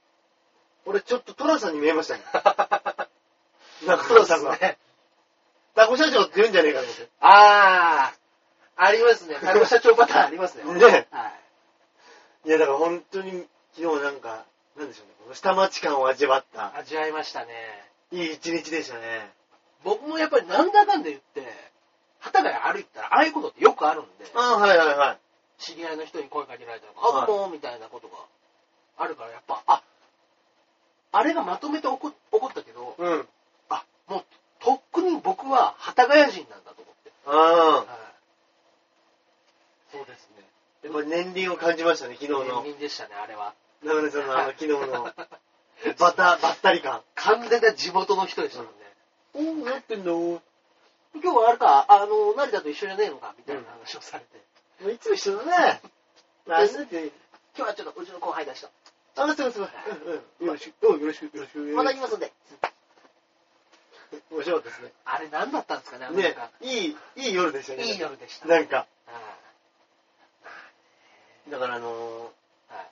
Speaker 1: 俺ちょっとトラさんに見えましたね。
Speaker 2: そう
Speaker 1: 中村
Speaker 2: で
Speaker 1: さ
Speaker 2: す
Speaker 1: んが。
Speaker 2: ね。
Speaker 1: タコ社長って言うんじゃねえかと思って。
Speaker 2: あー、ありますね。タル社長パターンありますね。
Speaker 1: ね
Speaker 2: はい。
Speaker 1: いや、だから本当に昨日なんか、なんでしょうね、この下町感を味わった、
Speaker 2: 味わいましたね。
Speaker 1: いい一日でしたね。
Speaker 2: 僕もやっぱりなんだかんだ言って、旗が歩いてたら、ああいうことってよくあるんで、
Speaker 1: ああ、はいはいはい。
Speaker 2: 知り合いの人に声かけられたら、
Speaker 1: は
Speaker 2: あ、
Speaker 1: い
Speaker 2: どうも、みたいなことがあるから、やっぱ、あ、あれがまとめて起こ起こったけど、
Speaker 1: うん。
Speaker 2: あ、もう、とっくに僕は旗ヶ谷人なんだと思って。
Speaker 1: ああ。
Speaker 2: そうですね。
Speaker 1: やっぱ年輪を感じましたね、昨日
Speaker 2: 年
Speaker 1: の。
Speaker 2: 輪でしたね、あれは。
Speaker 1: 中根さんのあの昨日の、 バタ、ばったり感。
Speaker 2: 完全な地元の人でしたもんね。
Speaker 1: おお、なってんだお
Speaker 2: 今日はあれか、あの、成田と一緒じゃねえのかみたいな話をされて、
Speaker 1: いつも一緒だね。あ、そうって。
Speaker 2: 今日はちょっとうちの後輩出した。
Speaker 1: あ、すごいすごい。うんうん。よろしく、おうよろしく、よろしく。
Speaker 2: また来ますんで。
Speaker 1: 面白かったですね。
Speaker 2: あれ何だったんですかね、あのなん
Speaker 1: ね
Speaker 2: か、
Speaker 1: いい、いい夜でしたね。
Speaker 2: いい夜でした。
Speaker 1: なんか、
Speaker 2: ああ。まあね
Speaker 1: だからあのー
Speaker 2: はい。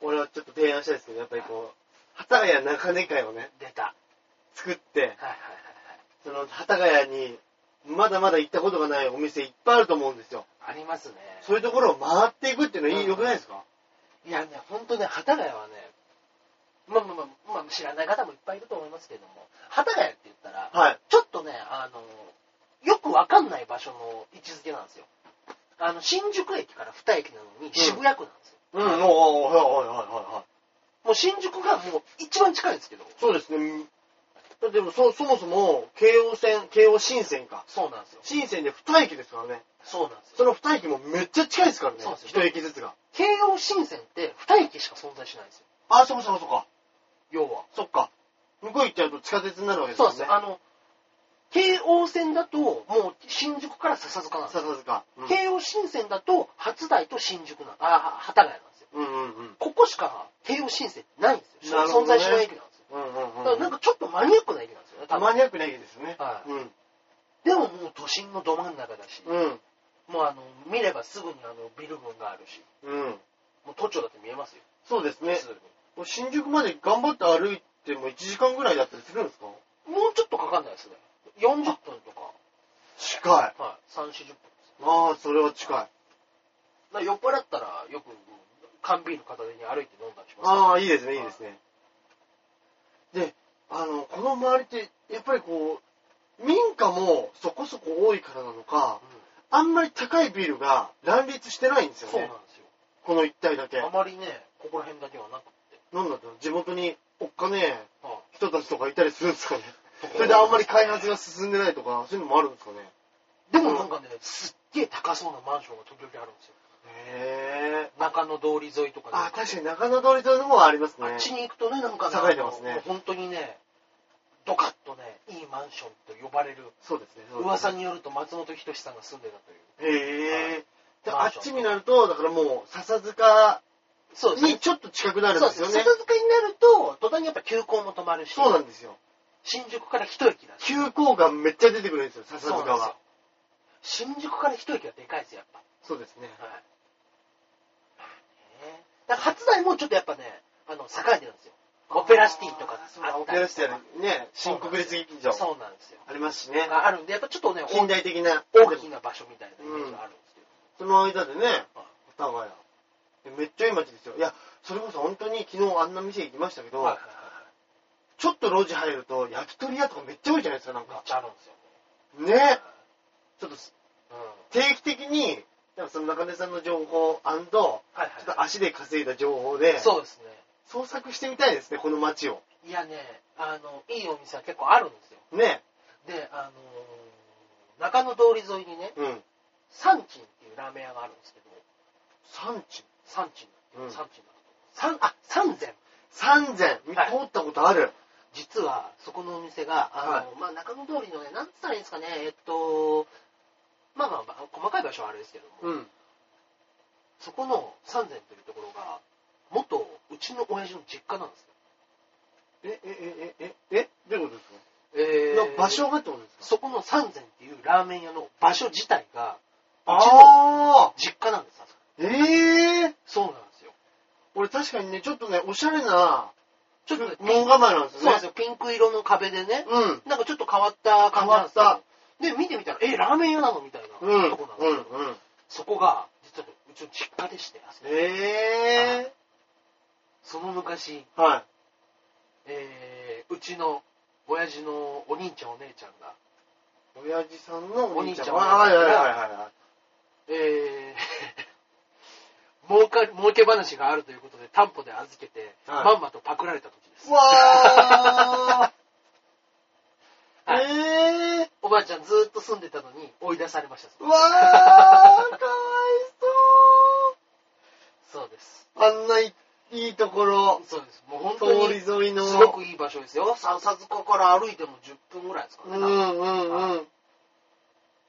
Speaker 1: 俺はちょっと提案したいですけど、やっぱりこう、幡ヶ谷中根会をね、
Speaker 2: 出た。
Speaker 1: 作って、
Speaker 2: はいはい
Speaker 1: その幡ヶ谷に、まだまだ行ったことがないお店いっぱいあると思うんですよ。
Speaker 2: はいはい。ありますね。
Speaker 1: そういうところを回っていくっていうのはいい、
Speaker 2: うん
Speaker 1: 良くないですか
Speaker 2: いやね、本当ね、幡ヶ谷はね、まあまあまあ、まあ、知らない方もいっぱいいると思いますけれども、幡ヶ谷って言ったら、
Speaker 1: はい。
Speaker 2: ちょっとね、あの、よくわかんない場所の位置づけなんですよ。あの、新宿駅から2駅なのに渋谷区なんですよ。
Speaker 1: うん、おうおうはいはいはいはい。
Speaker 2: もう新宿がもう一番近いんですけど、
Speaker 1: そうですね。だってもうそ、そもそも、京王線、京王新線か。
Speaker 2: そうなんですよ。
Speaker 1: 新線で2駅ですからね。
Speaker 2: そうなんですよ。
Speaker 1: その2駅もめっちゃ近いですからね。
Speaker 2: そうです
Speaker 1: 1駅ずつが。
Speaker 2: 京葉新線って2駅しか存在しないんですよ。
Speaker 1: あ、そうかそうかそうか。
Speaker 2: 要は。
Speaker 1: そっか。向こう行っちゃうと地下鉄になるわけです
Speaker 2: そう
Speaker 1: よ
Speaker 2: なん
Speaker 1: ね。
Speaker 2: ですよ。あの、京王線だと、もう新宿から笹塚なんですよ。
Speaker 1: 笹塚。うん
Speaker 2: 京王新線だと、初台と新宿なんあ、幡ヶ谷なんですよ。
Speaker 1: うんうんうん。
Speaker 2: ここしか京王新線ってないんですよ。
Speaker 1: なるほ
Speaker 2: 存
Speaker 1: どね
Speaker 2: 在しない駅なんですよ。
Speaker 1: うんうん
Speaker 2: だから
Speaker 1: な
Speaker 2: なんんか
Speaker 1: か、
Speaker 2: ちょっとマニアックな駅なんですよね、
Speaker 1: た
Speaker 2: 多
Speaker 1: ま
Speaker 2: 分。
Speaker 1: にはくないですね。
Speaker 2: はいうでももう都心のど真ん中だし、
Speaker 1: ん。うん。
Speaker 2: もうあの、見ればすぐにあの、ビル群があるし、
Speaker 1: うん。
Speaker 2: もう都庁だって見えますよ、
Speaker 1: そうですね
Speaker 2: 普。通
Speaker 1: もう新宿まで頑張って歩いても1時間ぐらいだったりするんですか
Speaker 2: に。もうちょっとかかんないですね。40分とか、
Speaker 1: 近い。あ
Speaker 2: はい、3、40分です。
Speaker 1: あ、それは近い。
Speaker 2: だから酔っ払ったら、よく缶ビール片手に歩いて飲んだりします。
Speaker 1: ああ、いいですね、いいですね。で、あの、この周りって、やっぱりこう、民家もそこそこ多いからなのか、
Speaker 2: う
Speaker 1: あんまり高いビルが乱立してないんです
Speaker 2: ん
Speaker 1: よ
Speaker 2: そうなん
Speaker 1: ね
Speaker 2: で。
Speaker 1: この一帯だ
Speaker 2: す
Speaker 1: け
Speaker 2: よ。あ。まりね、ここら辺だけはなくて。
Speaker 1: なんだったの地元におっかねえ
Speaker 2: はい
Speaker 1: 人たちとかいたりするんですかね。それであんまり開発が進んでないとか、そういうのもあるんですかね。
Speaker 2: でもなんかね、すっげえ高そうなマンションが時々あるんですよ。
Speaker 1: へえ。
Speaker 2: 中野通り沿いとかね
Speaker 1: あ、確かに中野通り沿いの方はありますね
Speaker 2: あ。っちに行くとね、なんかね
Speaker 1: 栄えてますね
Speaker 2: あの本当にね、ドカッとね、いいマンションと呼ばれる、
Speaker 1: そうですね。そうですね
Speaker 2: 噂によると松本人志さんが住んでたという。
Speaker 1: へえ。で
Speaker 2: マ
Speaker 1: あ
Speaker 2: ン
Speaker 1: っ
Speaker 2: ション
Speaker 1: ちになると、だからもう、笹塚
Speaker 2: そうです
Speaker 1: に
Speaker 2: ね。
Speaker 1: ちょっと近くなるん
Speaker 2: そう
Speaker 1: で
Speaker 2: ですすね。
Speaker 1: よね
Speaker 2: 笹。塚になると、途端にやっぱ急行も止まるし、
Speaker 1: そうなんですよ。
Speaker 2: 新宿から一駅だし。
Speaker 1: 急行がめっちゃ出てくるんですよ、笹
Speaker 2: そうなん
Speaker 1: 塚
Speaker 2: です
Speaker 1: は
Speaker 2: よ。。新宿から一駅はでかいですよ、やっぱ。
Speaker 1: そうですね。
Speaker 2: はい。ねだから初台もちょっとやっぱね、あの、栄えてるんですよ。オペラシティとかあったりとか
Speaker 1: オペラシティはね、新国立劇場。
Speaker 2: そうなんですよ。
Speaker 1: ありますしね。
Speaker 2: があるんで、やっぱちょっとね、
Speaker 1: 近代的な。
Speaker 2: 大きな場所みたいなイメージがあるんですけど、
Speaker 1: その間でね、幡ヶ谷。めっちゃいい街ですよ。いや、それこそ本当に昨日あんな店行きましたけど、
Speaker 2: はいはい
Speaker 1: ちょっと路地入ると焼き鳥屋とかめっちゃ多いじゃないですか、なん
Speaker 2: めっ
Speaker 1: か。
Speaker 2: ちゃあるんですよ、
Speaker 1: ねちょっと
Speaker 2: うん、はい
Speaker 1: 定期的に、なんかその中根さんの情報ちょ
Speaker 2: はい
Speaker 1: っと足で稼いだ情報で、
Speaker 2: そうですね
Speaker 1: 創作してみたいですね、この街を。
Speaker 2: いやねあのいいお店は結構あるんですよ
Speaker 1: ね。
Speaker 2: であのー中野通り沿いにね
Speaker 1: うん。
Speaker 2: サンチンっていうラーメン屋があるんですけど
Speaker 1: 三地。
Speaker 2: サンチン、
Speaker 1: うん
Speaker 2: サンチンだサンあ三千
Speaker 1: 三千。通
Speaker 2: はい
Speaker 1: ったことある。
Speaker 2: 実はそこのお店があの、まあ、中野通りのねなんつったらいいんですかねえっとまあまあまあ細かい場所はあれですけども、
Speaker 1: うん。
Speaker 2: そこの三千というところが元うちの親父の実家なんですよ
Speaker 1: え、え、え、え、え、え、どういうことですか、
Speaker 2: え
Speaker 1: の場所がってことですか
Speaker 2: そこの三千っていうラーメン屋の場所自体が、うちの
Speaker 1: ああ
Speaker 2: 実家なんですよ。
Speaker 1: ええー。
Speaker 2: そうなんですよ。
Speaker 1: 俺確かにね、ちょっとね、おしゃれな、
Speaker 2: ちょっとね、
Speaker 1: 門構えなんです
Speaker 2: そうなんで
Speaker 1: よ
Speaker 2: す
Speaker 1: ね。
Speaker 2: よ。ピンク色の壁でね、
Speaker 1: うん。
Speaker 2: なんかちょっと変わった感じなんです
Speaker 1: 変わっ
Speaker 2: で、見てみたら、え、ラーメン屋なのみたいなとこ
Speaker 1: う
Speaker 2: なん
Speaker 1: ん。
Speaker 2: です
Speaker 1: う
Speaker 2: よ
Speaker 1: ん。うん。
Speaker 2: そこが、実はねうちの実家でして、あそこ
Speaker 1: ええ
Speaker 2: その昔、
Speaker 1: ー。はい。
Speaker 2: えーうちの親父のお兄ちゃんお姉ちゃんが、
Speaker 1: 親父さんのお兄ちゃん。
Speaker 2: お兄ちゃん
Speaker 1: はいはいはいはいはい。
Speaker 2: えー 儲か、儲け話があるということで担保で預けて、
Speaker 1: はい
Speaker 2: まんまとパクられた時です。
Speaker 1: わ ー
Speaker 2: はい
Speaker 1: えー、
Speaker 2: おばあちゃんずーっと住んでたのに追い出されました。
Speaker 1: うわーかわい
Speaker 2: そうです。
Speaker 1: そうあんないいいところ、
Speaker 2: そうです。もう本当
Speaker 1: 通
Speaker 2: に、
Speaker 1: り沿いの。
Speaker 2: すごくいい場所ですよ。笹塚から歩いても10分ぐらいですか
Speaker 1: う
Speaker 2: ね。
Speaker 1: んうんうん。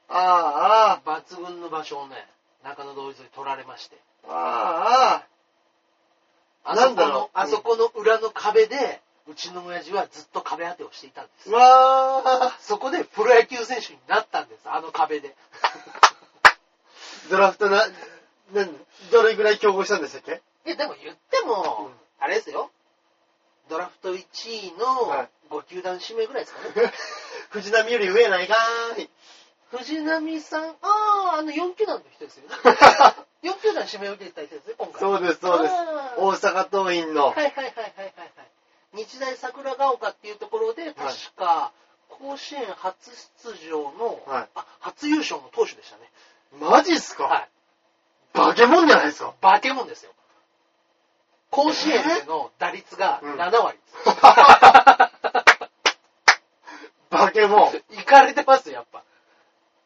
Speaker 1: ああ、
Speaker 2: 抜群の場所をね、中野通り沿い取られまして。
Speaker 1: ああ、あ
Speaker 2: あそこ
Speaker 1: なんだろ
Speaker 2: の
Speaker 1: う、
Speaker 2: あそこの裏の壁で、うちの親父はずっと壁当てをしていたんです
Speaker 1: あ。。わ
Speaker 2: そこでプロ野球選手になったんです。あの壁で。
Speaker 1: ー、ドラフトな、などれぐらい競合したんでしたっ け
Speaker 2: で、でも言っても、
Speaker 1: うん
Speaker 2: あれですよ。ドラフト1位
Speaker 1: は
Speaker 2: の
Speaker 1: い
Speaker 2: 5球団指名ぐらいです かね。
Speaker 1: 藤波より上やないかーい。
Speaker 2: 藤波さん、ああ、あの4球団の人ですよね。4球団指名を受けてた人ですね、今回。
Speaker 1: そうです、そうです。
Speaker 2: あー
Speaker 1: 大阪桐蔭の。
Speaker 2: はいはいはいはいはいはい。日大桜ヶ丘っていうところで、確か、甲子園初出場の、
Speaker 1: はい
Speaker 2: あ、初優勝の投手でしたね。
Speaker 1: マジっすか、
Speaker 2: はい。
Speaker 1: バケモンじゃない ですか
Speaker 2: バケモンですよ。甲子園での打率が
Speaker 1: うん
Speaker 2: 7割です。
Speaker 1: バケモン。
Speaker 2: いかれてますよ、やっぱ。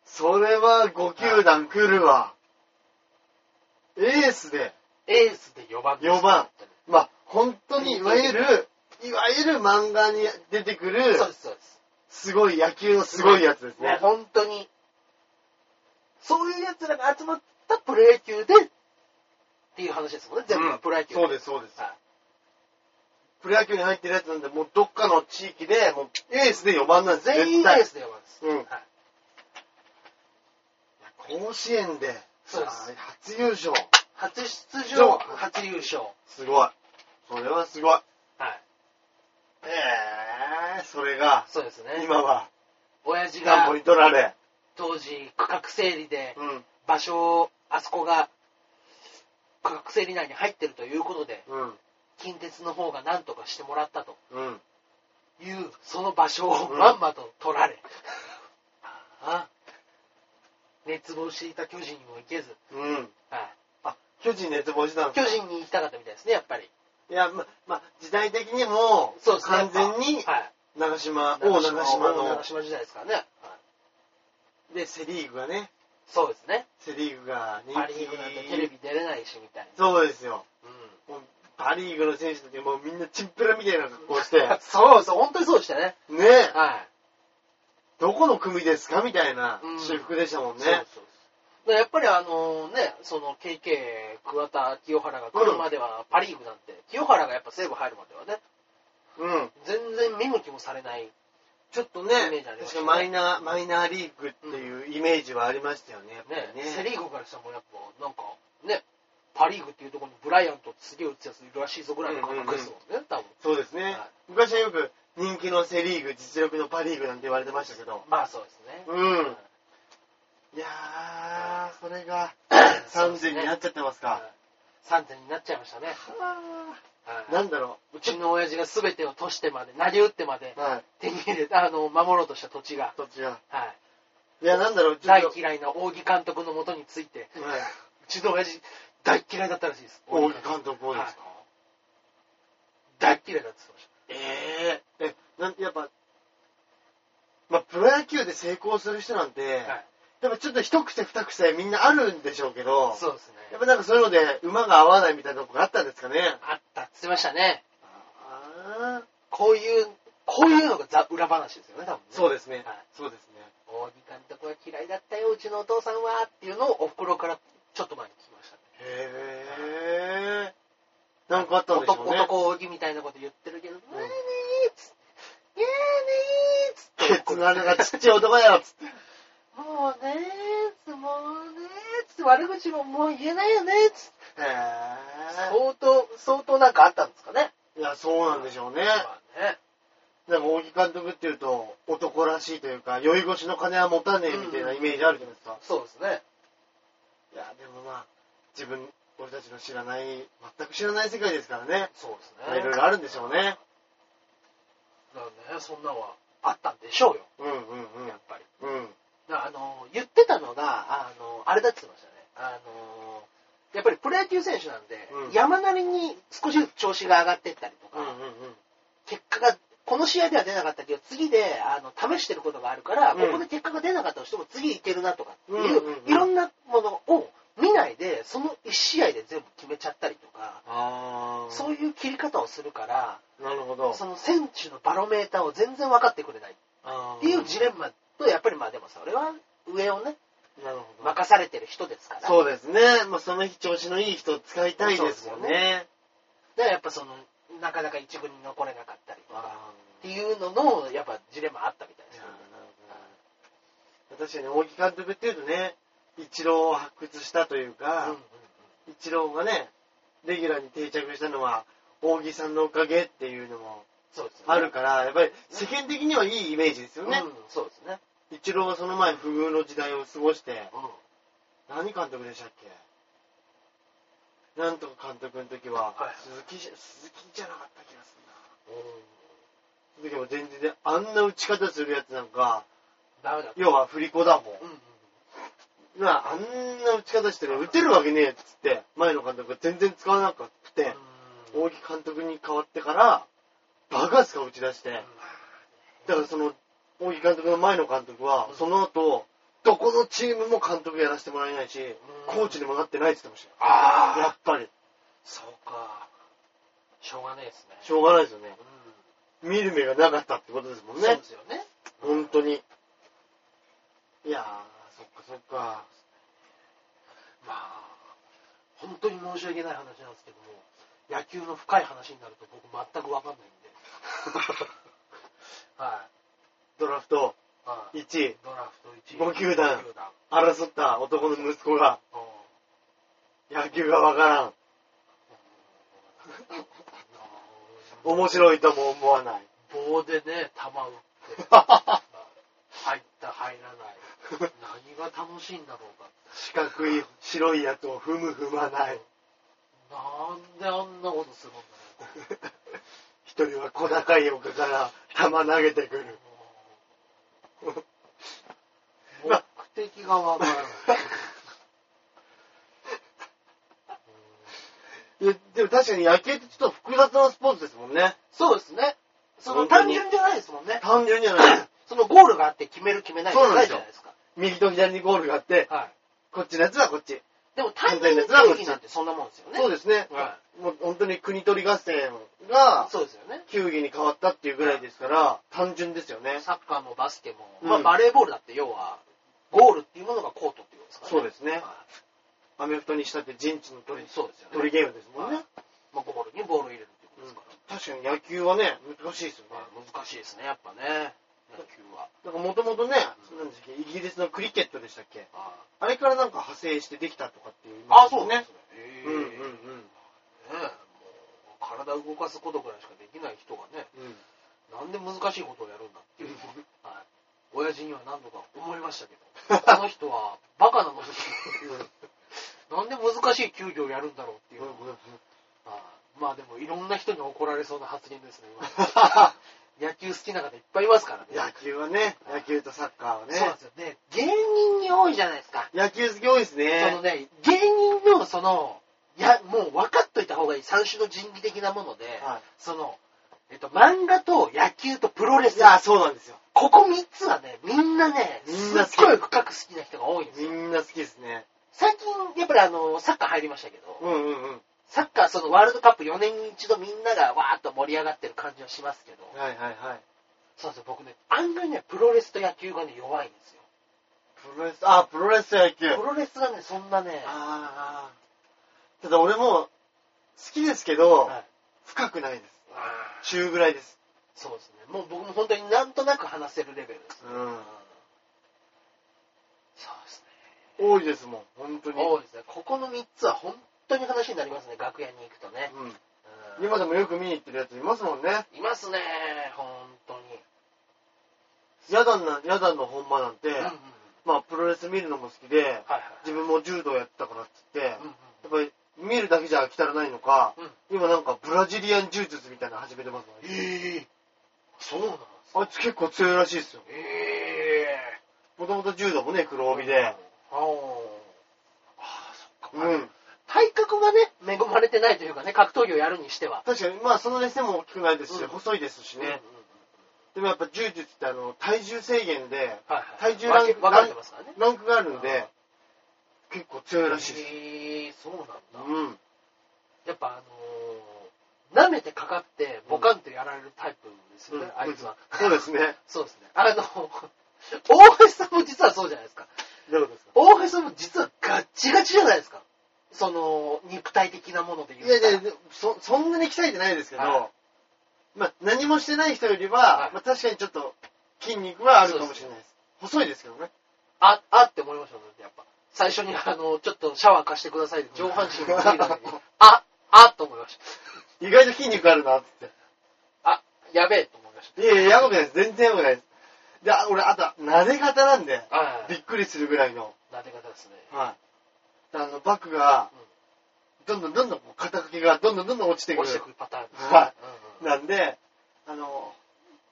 Speaker 1: それは5球団来るわ。エースで、
Speaker 2: エースで4番です。
Speaker 1: 4番。まあ、本当にいわゆる、いわゆる漫画に出てくる、
Speaker 2: そうです、そうです。
Speaker 1: すごい野球のすごいやつです
Speaker 2: もう
Speaker 1: ね。
Speaker 2: 本当に、そういう奴らが集まったプロ野球で、っていう話ですもんね、全部がプロ野球、
Speaker 1: そうです、そうです
Speaker 2: はい。
Speaker 1: プロ野球に入ってるやつなんで、もうどっかの地域で、もうエースで4番なんです
Speaker 2: 全員エースで4番です。
Speaker 1: うん
Speaker 2: はい
Speaker 1: 甲子園で、
Speaker 2: そうです
Speaker 1: あ初優勝。
Speaker 2: 初出
Speaker 1: そう
Speaker 2: 場、初優勝。
Speaker 1: すごい。それはすごい。
Speaker 2: はい。
Speaker 1: ええそれが、
Speaker 2: そうですね。
Speaker 1: 今は、
Speaker 2: 親父
Speaker 1: 田ん
Speaker 2: が
Speaker 1: ぼに取られ。
Speaker 2: 当時区画整理で
Speaker 1: うん。
Speaker 2: 場所を、あそこが区画整理内に入ってるということで、
Speaker 1: うん。
Speaker 2: 近鉄の方が何とかしてもらったと
Speaker 1: うん。
Speaker 2: いう、その場所を
Speaker 1: うん
Speaker 2: まんまと取られ、ああ熱望していた巨人にも行けず、
Speaker 1: うん。
Speaker 2: は
Speaker 1: 巨人熱望したん
Speaker 2: い、
Speaker 1: です
Speaker 2: 巨
Speaker 1: か
Speaker 2: 人に行きたかったみたいですね、やっぱり。
Speaker 1: いや、ま、ま、時代的にも、
Speaker 2: そうですね。
Speaker 1: 完全に
Speaker 2: やっ、
Speaker 1: 長
Speaker 2: ぱ
Speaker 1: 島、
Speaker 2: はい、
Speaker 1: 大長島
Speaker 2: 王
Speaker 1: の
Speaker 2: 長、島時代ですからね。はい
Speaker 1: で、セリーグがね、
Speaker 2: そうですね。
Speaker 1: セリーグが人気。
Speaker 2: パ・リーグなんてテレビ出れないしみたい
Speaker 1: そうですよ。
Speaker 2: な。うん
Speaker 1: もうパ・リーグの選手たちもうみんなチンプラみたいな格好 して、ね
Speaker 2: そうそう、本当にそうでしたね。
Speaker 1: え、
Speaker 2: は
Speaker 1: どこの組ですかみたいな
Speaker 2: うん
Speaker 1: 私服でしたも
Speaker 2: い。
Speaker 1: ん
Speaker 2: そうそう
Speaker 1: ね。
Speaker 2: そうだからやっぱりあのね、その KK、桑田、清原が来るまではパ・リーグなんて、清原がやっぱ西武入るまではね、
Speaker 1: うん。
Speaker 2: 全然見向きもされない。
Speaker 1: ちょっとね
Speaker 2: イメージあり、ました
Speaker 1: 確か
Speaker 2: ね
Speaker 1: マイナー、マイナーリーグっていうイメージはありましたよね、やっぱ
Speaker 2: ね
Speaker 1: りね。
Speaker 2: セ・リーグからしたらもうやっぱ、なんかね、パ・リーグっていうところにブライアントってすげえ打つやついるらしいぞぐらいの感覚ですもんね、多分。
Speaker 1: そうですね、
Speaker 2: はい
Speaker 1: 昔はよく人気のセ・リーグ、実力のパ・リーグなんて言われてましたけど。
Speaker 2: まあそうです ね。
Speaker 1: うん。いやー、それが
Speaker 2: そうで
Speaker 1: 3
Speaker 2: すね
Speaker 1: 戦になっちゃってますか。
Speaker 2: 3点になっちゃいましたね。
Speaker 1: は
Speaker 2: は
Speaker 1: ー
Speaker 2: い
Speaker 1: なんだろ
Speaker 2: うちの親父が全てをとしてまで、投げ打ってまで
Speaker 1: う。、はい。
Speaker 2: 手に入れた、あの、守ろうとした土地が、
Speaker 1: どっちが。
Speaker 2: はい。
Speaker 1: いや、なんだろう、ちょっ
Speaker 2: 大
Speaker 1: と。
Speaker 2: 嫌いな扇監督のもとについて、
Speaker 1: はいう
Speaker 2: ちの親父、大嫌いだったらしいです。
Speaker 1: 大木監督をですか、
Speaker 2: はい大嫌いだって言ってまし
Speaker 1: えええ、なんやっぱ、まあ、プロ野球で成功する人なんて、
Speaker 2: た。はい。
Speaker 1: やっぱちょっと一癖二癖みんなあるんでしょうけど、
Speaker 2: そうです
Speaker 1: や
Speaker 2: ね
Speaker 1: っ。ぱなんかそういうので馬が合わないみたいなとこがあったんですかね。
Speaker 2: あったって言ってましたね。
Speaker 1: ああ、
Speaker 2: こういう、こういうのがザ裏話ですよね、多分ね。
Speaker 1: そうですね
Speaker 2: はい。
Speaker 1: そうですね。
Speaker 2: 大木監督は嫌いだったよ、うちのお父さんは、っていうのをお袋からちょっと前に聞きましたね。
Speaker 1: へえ。なんかあったんでしょう
Speaker 2: 男
Speaker 1: ね。
Speaker 2: 男大木みたいなこと言ってるけど、ねえねえ、つって、ねえねえ、つって。
Speaker 1: ケツの穴がちっちゃい男だよ、つって。
Speaker 2: もうねーつ、もうねーつ、悪口ももう言えないよねーつ。
Speaker 1: へえ。
Speaker 2: 相当、相当なんかあったんですかね。
Speaker 1: いや、そうなんでしょうね。
Speaker 2: まあね。
Speaker 1: なんか大木監督っていうと、男らしいというか、酔い越しの金は持たねえみたいなイメージあるじゃないですか。
Speaker 2: そうですね。
Speaker 1: いや、でもまあ、自分、俺たちの知らない、全く知らない世界ですからね。
Speaker 2: そうです
Speaker 1: まあいろいろあるんでしょうね。
Speaker 2: だからね、そんなのはあったんでしょうよ、
Speaker 1: うんうん
Speaker 2: やっぱり。
Speaker 1: うん。うん。
Speaker 2: だからあの、言ってたのが、あの、あれだって言ってましたね。あの、やっぱりプロ野球選手なんで、
Speaker 1: うん
Speaker 2: 山なりに少しずつ調子が上がってったりと
Speaker 1: う
Speaker 2: か、
Speaker 1: んうんうん。
Speaker 2: 結果が、この試合では出なかったけど、次であの試してることがあるから、
Speaker 1: うん
Speaker 2: ここで結果が出なかったとしても、次いけるなとかっていう、
Speaker 1: うんうんうん
Speaker 2: いろんなものを見ないで、その1試合で全部決めちゃったりとか、
Speaker 1: あ
Speaker 2: そういう切り方をするから、
Speaker 1: なるほど。
Speaker 2: その選手のバロメーターを全然分かってくれない
Speaker 1: あー
Speaker 2: っていうジレンマと、やっぱりまあでもそれは上をね、
Speaker 1: なるほど。
Speaker 2: 任されてる人ですから、
Speaker 1: そうですね。まあ、その日調子のいい人を使いたいですよ
Speaker 2: そうで
Speaker 1: ね。
Speaker 2: だからやっぱその、なかなか一軍に残れなかったりとか、
Speaker 1: あ
Speaker 2: っていうのの、やっぱジレンマあったみたい
Speaker 1: ー
Speaker 2: ですね
Speaker 1: いやーなるほど確かに大木監督っていうとね、一郎を発掘したというか、
Speaker 2: うんうんうん
Speaker 1: 一郎がね、レギュラーに定着したのは、大木さんのおかげっていうのも
Speaker 2: そうですね。
Speaker 1: あるから、やっぱり世間的にはいいイメージですよね
Speaker 2: う。ん、そうですね。
Speaker 1: 一郎はその前、不遇の時代を過ごして、
Speaker 2: うん。
Speaker 1: 何監督でしたっけなんとか監督の時は
Speaker 2: はい、
Speaker 1: 鈴木じゃ、鈴木じゃなかった気がするな。
Speaker 2: うん
Speaker 1: その時も全然で、あんな打ち方するやつなんか、
Speaker 2: ダメだ。
Speaker 1: 要は振り子だもん。
Speaker 2: うんうん。
Speaker 1: なあ、あんな打ち方してる打てるわけねえっつって、前の監督が全然使わなくて、
Speaker 2: うん
Speaker 1: 大木監督に変わってから、バカスカ打ち出して、だからその、大木監督の前の監督は、
Speaker 2: うん
Speaker 1: その後、どこのチームも監督やらせてもらえないし、コーチでもなってないって言ってまし
Speaker 2: あ
Speaker 1: たよ。やっぱり。
Speaker 2: そうか。しょうがないですね。
Speaker 1: しょうがないですよね。
Speaker 2: う
Speaker 1: 見る目がなかったってことですもん
Speaker 2: ん。そう
Speaker 1: ね
Speaker 2: で。すよね。
Speaker 1: 本当に。いやー、そっかそっか。
Speaker 2: まあ、本当に申し訳ない話なんですけども、野球の深い話になると僕全くわかんないんで。は
Speaker 1: ドラフト
Speaker 2: い。はい。
Speaker 1: 1位、
Speaker 2: ドラフト1位。
Speaker 1: 五球団
Speaker 2: 五球団。
Speaker 1: 争った男の息子が、
Speaker 2: うん
Speaker 1: 野球がわからん。
Speaker 2: あの
Speaker 1: 面白いとも思わない。
Speaker 2: 棒でね、球打って。入った入らない何が楽しいんだろうか
Speaker 1: 四角い白いやつを踏む踏まない。
Speaker 2: なんであんなことするんだろ
Speaker 1: 一人は小高い丘から玉投げてくる。
Speaker 2: う 目的がわからない
Speaker 1: いやでも確かに野球ってちょっと複雑なスポーツですもんね。
Speaker 2: そうですねその
Speaker 1: 本当
Speaker 2: 単
Speaker 1: に
Speaker 2: 純じゃないですもんね
Speaker 1: 単純じゃない。
Speaker 2: そのゴールがあって決める決めないじ
Speaker 1: そう
Speaker 2: ゃ
Speaker 1: なん
Speaker 2: ない
Speaker 1: です
Speaker 2: じ
Speaker 1: よ
Speaker 2: ゃないですか
Speaker 1: 右と左にゴールがあって、
Speaker 2: はい
Speaker 1: こっちのやつはこっち。
Speaker 2: でも単純に競技なんてそんなもんですよね
Speaker 1: そうですね。
Speaker 2: は
Speaker 1: もう本当に国取り合戦が
Speaker 2: そうですよね
Speaker 1: 球技に変わったっていうぐらいですから、単純ですよね。
Speaker 2: サッカーもバスケも、
Speaker 1: うん
Speaker 2: まあ、バレーボールだって要はゴールっていうものがコートっていうことですから
Speaker 1: そうですね。
Speaker 2: は
Speaker 1: アメフトにしたって陣地の
Speaker 2: い
Speaker 1: 取り、
Speaker 2: そうですよね
Speaker 1: 取りゲームですもんね。
Speaker 2: まあ、ゴールにボールを入れるっていうことですから、
Speaker 1: 確かに野球はね、難しいですよね。
Speaker 2: まあ難しいですね、やっぱね、野球は。
Speaker 1: なんかもともとね、なんでしたっけイギリスのクリケットでしたっけ
Speaker 2: あ
Speaker 1: あれからなんか派生してできたとかっていう、
Speaker 2: あ、そうなんですね。
Speaker 1: うんうんうん。
Speaker 2: ねえもう体動かすことぐらいしかできない人がね、
Speaker 1: うん。
Speaker 2: なんで難しいことをやるんだっていうのは、はい、親父には何度か思いましたけど、この人はバカなのに、なんで難しい球技をやるんだろうっていうのは、あまあでもいろんな人に怒られそうな発言ですね、今野球好きな方いっぱいいますからね。
Speaker 1: 野球はね、野球とサッカーはね
Speaker 2: そう。なんですよね。芸人に多いじゃないですか。
Speaker 1: 野球好き多いです
Speaker 2: そ
Speaker 1: ね
Speaker 2: の。ね、芸人のその、いや、もう分かっといた方がいい三種の神器的なもので、
Speaker 1: は
Speaker 2: その、えっと、漫画と野球とプロレ
Speaker 1: い
Speaker 2: ス
Speaker 1: い、や、そうなんですよ。
Speaker 2: ここ3つはね、みんなね、
Speaker 1: みんな好き
Speaker 2: すっごい深く好きな人が多いんです
Speaker 1: み
Speaker 2: よ。
Speaker 1: んな好きですね。
Speaker 2: 最近、やっぱりあの、サッカー入りましたけど、
Speaker 1: うんうんうん。
Speaker 2: サッカーそのワールドカップ4年に一度みんながわーっと盛り上がってる感じはしますけど、
Speaker 1: はいはいはい。
Speaker 2: そうですよ、僕ね、案外ね、プロレスと野球がね、弱いんですよ。
Speaker 1: プロレス、あ、プロレスと野球。
Speaker 2: プロレスがね、そんなね、
Speaker 1: ああ。ただ俺も、好きですけど、
Speaker 2: はい
Speaker 1: 深くないです。
Speaker 2: あー
Speaker 1: 中ぐらいです。
Speaker 2: そうですね。もう僕も本当になんとなく話せるレベルです。
Speaker 1: うん。
Speaker 2: そうです
Speaker 1: 多いですもん、本当
Speaker 2: ね。
Speaker 1: に。
Speaker 2: 多いですね。ここの3つは本当に話になりますね、楽屋に行くとね。
Speaker 1: う
Speaker 2: う
Speaker 1: ん。
Speaker 2: ん
Speaker 1: 今でもよく見に行ってるやついますもんね。
Speaker 2: いますね、本当に。
Speaker 1: ヤダンな、ヤダンの本場なんて、
Speaker 2: うんうんうん
Speaker 1: まあプロレス見るのも好きで、
Speaker 2: はいはい。
Speaker 1: 自分も柔道やってたからっつって、や
Speaker 2: うんうん
Speaker 1: っぱり見るだけじゃ飽き足らないのか、
Speaker 2: うん
Speaker 1: 今なんかブラジリアン柔術みたいなの始めてますもんね。
Speaker 2: ええそうなんですか。
Speaker 1: あいつ結構強いらしいですよ。
Speaker 2: ええ
Speaker 1: もともと柔道もね、黒帯で。。
Speaker 2: あーあー、そっか。
Speaker 1: うん。
Speaker 2: 体格がね、恵まれてないというかね、格闘技をやるにしては。
Speaker 1: 確かに、まあその熱でも大きくないですし、
Speaker 2: うん
Speaker 1: 細いですしね。
Speaker 2: うんうんうん
Speaker 1: でもやっぱ柔術ってあの、体重制限で、
Speaker 2: はいはい。
Speaker 1: 体重ラン
Speaker 2: 分け分かれてますからね。
Speaker 1: ランクがあるん
Speaker 2: あ
Speaker 1: で、結構強いらしいです。
Speaker 2: ええそうなんだ。
Speaker 1: うん。
Speaker 2: やっぱあのー、舐めてかかってボカンとやられるタイプですよね、
Speaker 1: うん
Speaker 2: あいつは。
Speaker 1: そうですね。
Speaker 2: そうですね。あの、大橋さんも実はそうじゃないですか。
Speaker 1: どういうことですか
Speaker 2: 大橋さんも実はガッチガチじゃないですか。その、肉体的なもので言
Speaker 1: いう
Speaker 2: と。
Speaker 1: やいや、でそ、そんなに鍛えてないですけど、
Speaker 2: は
Speaker 1: まあ、何もしてない人よりは、
Speaker 2: はい
Speaker 1: まあ、確かにちょっと筋肉はあるかもしれないです。細いですけどね。
Speaker 2: あ、あって思いましたね、やっぱ。最初にあの、ちょっとシャワー貸してくださいって上半身を脱いだのに、 あ、あと思いまし
Speaker 1: 意外と筋肉あるな、つって。
Speaker 2: た。あ、やべえと思いまし
Speaker 1: いやいや、やばくないです。全然やばくないです。で、あ俺、あとは、撫で方なんで、
Speaker 2: た。はい。
Speaker 1: びっくりするぐらいの。
Speaker 2: なで方ですね。
Speaker 1: はい。あの、バッグが、どんどんどんどんこう、肩掛けが、どんどんどんどん落ちてく
Speaker 2: 落ちて
Speaker 1: る
Speaker 2: く。るパターンですね。
Speaker 1: はなんで、あの、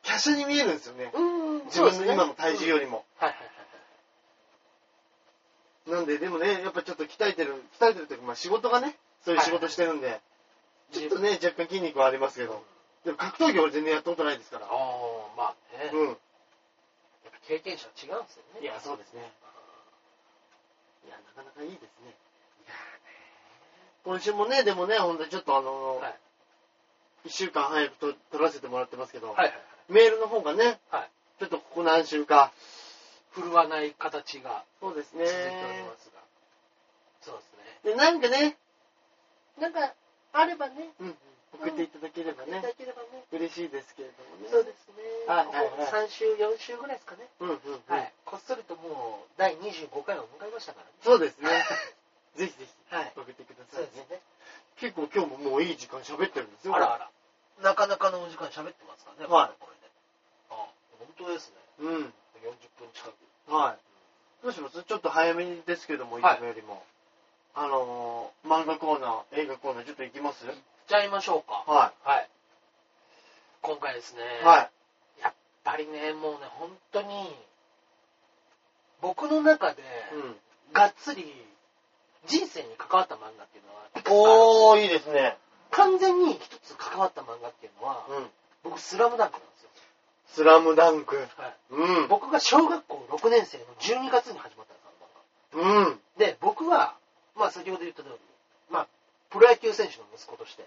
Speaker 1: 華奢に見えるんですよね。
Speaker 2: うんうん。うん、
Speaker 1: 自
Speaker 2: そうで
Speaker 1: 分
Speaker 2: す
Speaker 1: の
Speaker 2: ね
Speaker 1: 今の体重よりも。
Speaker 2: はいはいはい。
Speaker 1: なんで、でもね、やっぱちょっと鍛えてる、鍛えてる時、まあ仕事がね、そういう仕事してるんで、ちょっとね、若干筋肉はありますけど、でも格闘技俺全然やったことないですから
Speaker 2: あ。あ、まあね。
Speaker 1: うん。
Speaker 2: やっぱ経験者は違うんですよね。
Speaker 1: いや、そうですね。いや、なかなかいいですね。今週もね、でもね、ほんとにちょっとあの、
Speaker 2: はい
Speaker 1: 1週間早くと撮らせてもらってますけど、
Speaker 2: はいはいはい。
Speaker 1: メールの方がね、
Speaker 2: はい
Speaker 1: ちょっとここ何週か、
Speaker 2: 振るわない形が
Speaker 1: そうですね
Speaker 2: 続いておりますが。そうですね。
Speaker 1: で、なんかね、
Speaker 2: なんか、あればね、
Speaker 1: うん送っていただければね、
Speaker 2: ければね。
Speaker 1: 嬉しいですけれどもね。
Speaker 2: そうですね。
Speaker 1: はいはいはい
Speaker 2: 3週、4週ぐらいですかね。
Speaker 1: うんうんうん
Speaker 2: はい。こっそりともう、第25回を迎えましたか
Speaker 1: そうで すね。ぜひぜひ、
Speaker 2: らね。はい。
Speaker 1: 送ってくださ
Speaker 2: そ
Speaker 1: いうね
Speaker 2: です。ね。
Speaker 1: 結構今日ももういい時間喋ってるんですよ。
Speaker 2: あらあら。なかなかのお時間喋ってますからね、
Speaker 1: はい
Speaker 2: これね。あ、本当ですね。
Speaker 1: これうん。
Speaker 2: 40分近く。
Speaker 1: はい。どうしますちょっと早めにですけども、いつ
Speaker 2: はい
Speaker 1: もよりも。あのー、漫画コーナー、映画コーナー、ちょっと行きます
Speaker 2: 行っちゃいましょうか。
Speaker 1: は
Speaker 2: はい。今回ですね。
Speaker 1: い。はい。
Speaker 2: やっぱりね、もうね、本当に、僕の中で、
Speaker 1: うん。
Speaker 2: がっつり、人生に関わった漫画っていうのは、
Speaker 1: おー、いいですね。
Speaker 2: 完全に一つ関わった漫画っていうのは、
Speaker 1: うん。
Speaker 2: 僕、スラムダンクなんですよ。
Speaker 1: スラムダンク。
Speaker 2: はい
Speaker 1: うん。
Speaker 2: 僕が小学校6年生の12月に始まったんです、あの漫
Speaker 1: うん。
Speaker 2: 画。で、僕は、まあ先ほど言った通り、まあ、プロ野球選手の息子として、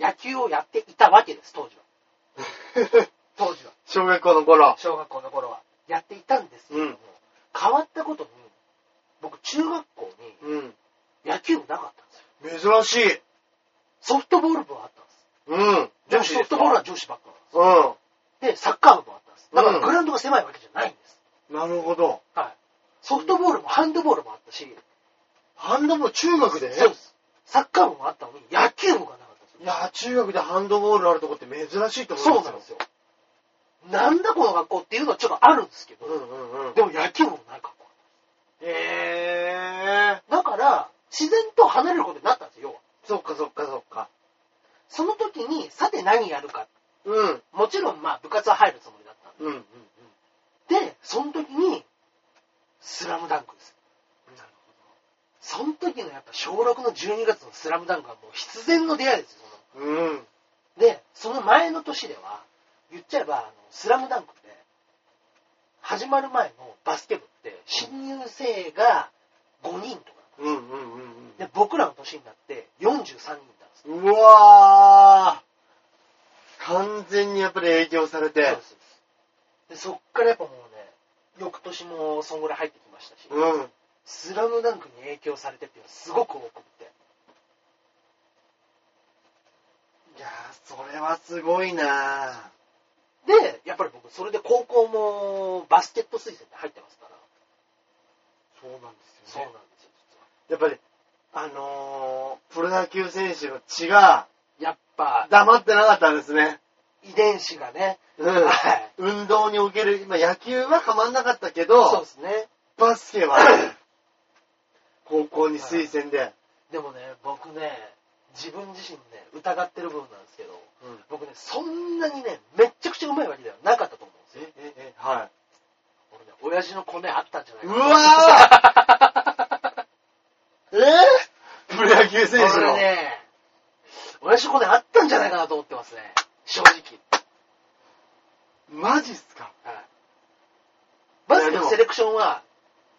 Speaker 2: 野球をやっていたわけです、当時は。当時は。
Speaker 1: 小学校の頃。
Speaker 2: 小学校の頃は。やっていたんですけれども、
Speaker 1: うん
Speaker 2: 変わったことに、僕、中学校に、
Speaker 1: うん。
Speaker 2: 野球部なかったんですよ。
Speaker 1: 珍しい。
Speaker 2: ソフトボール部はあったんです。
Speaker 1: うん。
Speaker 2: でもソフトボールは女子ばっかなんです
Speaker 1: う
Speaker 2: で、サッカー部もあったんです。だから
Speaker 1: うん
Speaker 2: グラウンドが狭いわけじゃないんです。
Speaker 1: ん。なるほど。
Speaker 2: はい。ソフトボールもハンドボールもあったし、
Speaker 1: ハンドボール中学で
Speaker 2: そうです。サッカー部もあったのに野球部がなかったん
Speaker 1: い
Speaker 2: ですよ。
Speaker 1: や、中学でハンドボールあるとこって珍しいと思い
Speaker 2: そ
Speaker 1: ま
Speaker 2: う
Speaker 1: す
Speaker 2: なん
Speaker 1: よ。
Speaker 2: ですよ。なんだこの学校っていうのはちょっとあるんですけど、
Speaker 1: うんうんうん。
Speaker 2: でも野球部もない学校。
Speaker 1: え
Speaker 2: だから、自然と離れることになったんですよ、要は。
Speaker 1: ー。そっかそっかそっか。
Speaker 2: その時に、さて何やるか。
Speaker 1: うん。
Speaker 2: もちろん、まあ、部活は入るつもりだったん
Speaker 1: うんうんうん。
Speaker 2: で、その時に、スラムダンクです。
Speaker 1: なる
Speaker 2: その時のやっぱ小6の12月のスラムダンクはもう必然の出会いですよ。
Speaker 1: うん。
Speaker 2: そので、その前の年では、言っちゃえば、あのスラムダンクで、始まる前のバスケ部って、新入生が5人とか。
Speaker 1: うんうんうん
Speaker 2: で、僕らの年になって43人いたんですよ。
Speaker 1: うん。うわー。完全にやっぱり影響され
Speaker 2: そう
Speaker 1: て
Speaker 2: で。すそうですで、そっからやっぱもうね、翌年もそんぐらい入ってきましたし、
Speaker 1: うん。
Speaker 2: スラムダンクに影響されてっていうのはすごく多くって。
Speaker 1: いやー、それはすごいな
Speaker 2: で、やっぱり僕、それで高校もバスケット推薦で入ってますから。
Speaker 1: そうなんで
Speaker 2: そうなんですよ、
Speaker 1: やっぱり、あのー、プロ野球選手の血
Speaker 2: 実
Speaker 1: が
Speaker 2: は。やっぱ、
Speaker 1: 黙ってなかったんですね。
Speaker 2: 遺伝子がね。
Speaker 1: うん。
Speaker 2: はい。
Speaker 1: 運動における、まあ、野球は構わなかったけ
Speaker 2: そう
Speaker 1: ど
Speaker 2: で、すね。
Speaker 1: バスケは、高校に推薦で。
Speaker 2: でもね、僕ね、自分自身ね、疑ってる部分なんですけど、
Speaker 1: うん
Speaker 2: 僕ね、そんなにね、めっちゃくちゃうまいわけではなかったと思うんですよ。
Speaker 1: え、え、は
Speaker 2: 俺ね、親父のコネあったんじゃない
Speaker 1: い。
Speaker 2: か
Speaker 1: う
Speaker 2: な
Speaker 1: わーえー、プロ野球選手
Speaker 2: 俺
Speaker 1: の。
Speaker 2: ね、親父のコネあったんじゃないかなと思ってますね。正直。
Speaker 1: マジっすか
Speaker 2: はいバスケのセレクションは、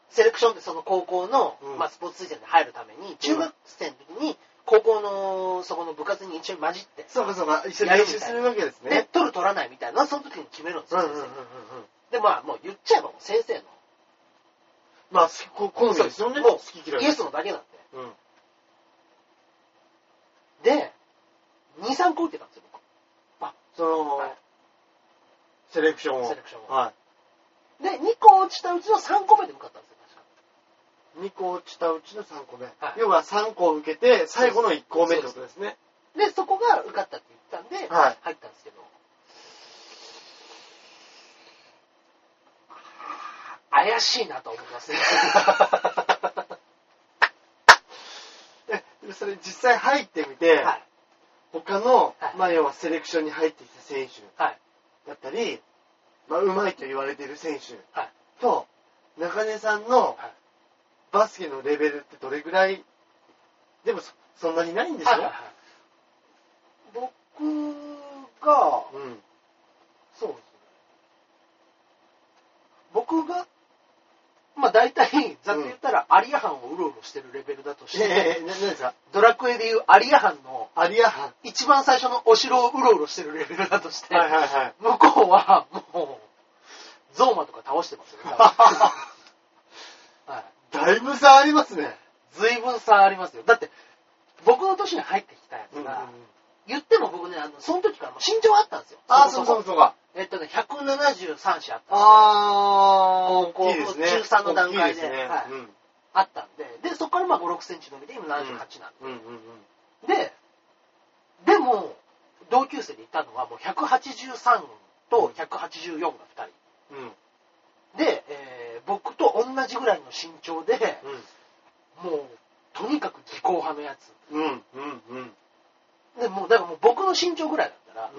Speaker 2: セレクションってその高校の、
Speaker 1: うん
Speaker 2: まあ、スポーツ推薦で入るために、中学生の時に、高校のそこの部活に一緒に混じって、
Speaker 1: そうかそうか、一緒に練習するわけです
Speaker 2: ね
Speaker 1: ね。、
Speaker 2: 取る取らないみたいなのはその時に決めるんです
Speaker 1: うん
Speaker 2: よ、
Speaker 1: うんうん
Speaker 2: 先
Speaker 1: うんう
Speaker 2: 生
Speaker 1: ん。
Speaker 2: で、まあ、もう言っちゃえばもう先生の、
Speaker 1: まあ、すこ好みですよね。
Speaker 2: もう
Speaker 1: 好き嫌い
Speaker 2: イエスのだけなん
Speaker 1: うん。
Speaker 2: で。で、2、3個受けたんですよ、
Speaker 1: その、
Speaker 2: はい
Speaker 1: セレクション
Speaker 2: 僕、
Speaker 1: を
Speaker 2: セレ。クションを。
Speaker 1: は
Speaker 2: で、2個落ちたうちの3個目で受かったんですよ、確か。
Speaker 1: い。 2個落ちたうちの3個目。
Speaker 2: はい
Speaker 1: 要は3個受けて、最後の1個目ってことですね。
Speaker 2: で、そこが受かったって言ったんで、
Speaker 1: はい
Speaker 2: 入ったんですけど。怪しいなと思います ね。
Speaker 1: でそれ実際入ってみて、
Speaker 2: はい。
Speaker 1: 他の、
Speaker 2: はい
Speaker 1: まあ要はセレクションに入ってきた選手
Speaker 2: はい。
Speaker 1: だったり、まあ上手いと言われている選手
Speaker 2: はい。
Speaker 1: と、中根さんの
Speaker 2: はい
Speaker 1: バスケのレベルってどれぐらい、でもそそんなにないんでしょ、
Speaker 2: はいはいはい僕が、
Speaker 1: うん。
Speaker 2: そうですね。僕が、まあ大体、ざっと言ったら、アリアハンをうろうろしてるレベルだとして、
Speaker 1: ええ、な、なんですか
Speaker 2: ドラクエでいうアリアハンの
Speaker 1: アリアハン。
Speaker 2: 一番最初のお城をうろうろしてるレベルだとして、
Speaker 1: はいはいはい。
Speaker 2: 向こうはもう、ゾーマとか倒してますよ、ね。はい。
Speaker 1: だいぶ差ありますね。
Speaker 2: 随分差ありますよ。だって、僕の年に入ってきたやつが、言っても僕ね、あの、その時からもう身長あったんですよ。
Speaker 1: あ、そうそう
Speaker 2: う。
Speaker 1: そうか。
Speaker 2: えっとね、173子あったんで
Speaker 1: あー、
Speaker 2: 高校
Speaker 1: 大きいですね。
Speaker 2: 13の段階で
Speaker 1: 大きいすね
Speaker 2: はい
Speaker 1: うん
Speaker 2: あったんで、で、そこからまあ5、6センチ伸びて、今78なんです
Speaker 1: うんうんうん。
Speaker 2: で、でも、同級生でいたのはもう183と184が2
Speaker 1: うんうん
Speaker 2: 人。で、えー僕と同じぐらいの身長で、もう、とにかく技巧派のやつ。
Speaker 1: うんうんうん
Speaker 2: で、もう、だからもう僕の身長ぐらいだったら、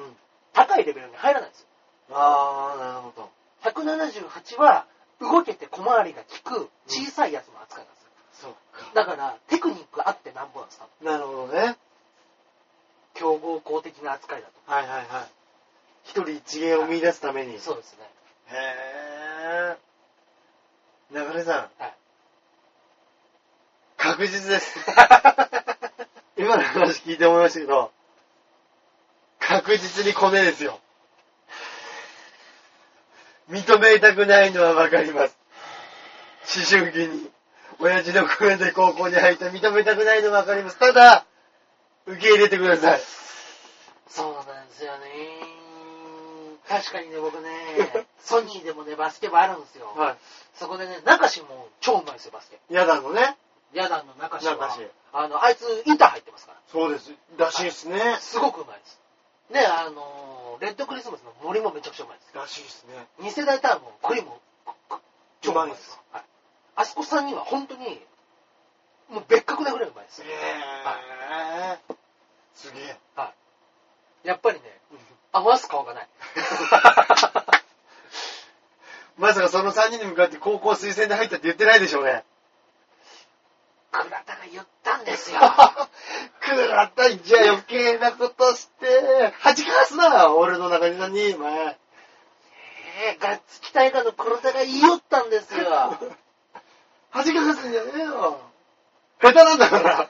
Speaker 2: 高いレベルに入らないんですよ。
Speaker 1: あー、なるほど。
Speaker 2: 178は、動けて小回りが利く小さいやつの扱いなんですよ。
Speaker 1: そっ
Speaker 2: だ
Speaker 1: か。
Speaker 2: から、テクニックあってなんぼなんです、多分
Speaker 1: なるほどね。
Speaker 2: 強豪校的な扱いだと。
Speaker 1: はいはいはい。一人一芸を見出すために。
Speaker 2: そうですね。
Speaker 1: へぇー。流れさん。
Speaker 2: はい
Speaker 1: 確実 です。今の話聞いて思いましたけど、確実にコネですよ。認めたくないのはわかります。思春期に、親父の声で高校に入った認めたくないのはわかります。ただ、受け入れてください。
Speaker 2: そうなんですよね。確かにね、僕ね、ソニーでもね、バスケ部あるんですよ。
Speaker 1: は
Speaker 2: そこでね、中志も超うまいですよ、バスケ。
Speaker 1: い。やだのね。
Speaker 2: ヤダンの中志は。
Speaker 1: 中志
Speaker 2: あの、あいつ、インター入ってますか
Speaker 1: そうです。らしいですね
Speaker 2: ら。。すごくうまいです。で、あのー、レッドクリスマスの森もめちゃくちゃうまいです。
Speaker 1: らしいですね。
Speaker 2: 二世代ターンも栗も、超うまいです
Speaker 1: う。
Speaker 2: はい。あそこさんには本当に、もう別格なぐらいうまいです。
Speaker 1: えー。すげえ。
Speaker 2: やっぱりね、余す顔がない。
Speaker 1: まさかその3人に向かって高校推薦で入ったって言ってないでしょうね。
Speaker 2: 倉田が言ったんですよ。
Speaker 1: くらったんじゃ余計なことして、恥かかすな、俺の中にさんに、前。
Speaker 2: えー、ガッツ期待感の黒田が言いよったんですよ。
Speaker 1: 恥かかすんじゃねえよ。下手なんだから。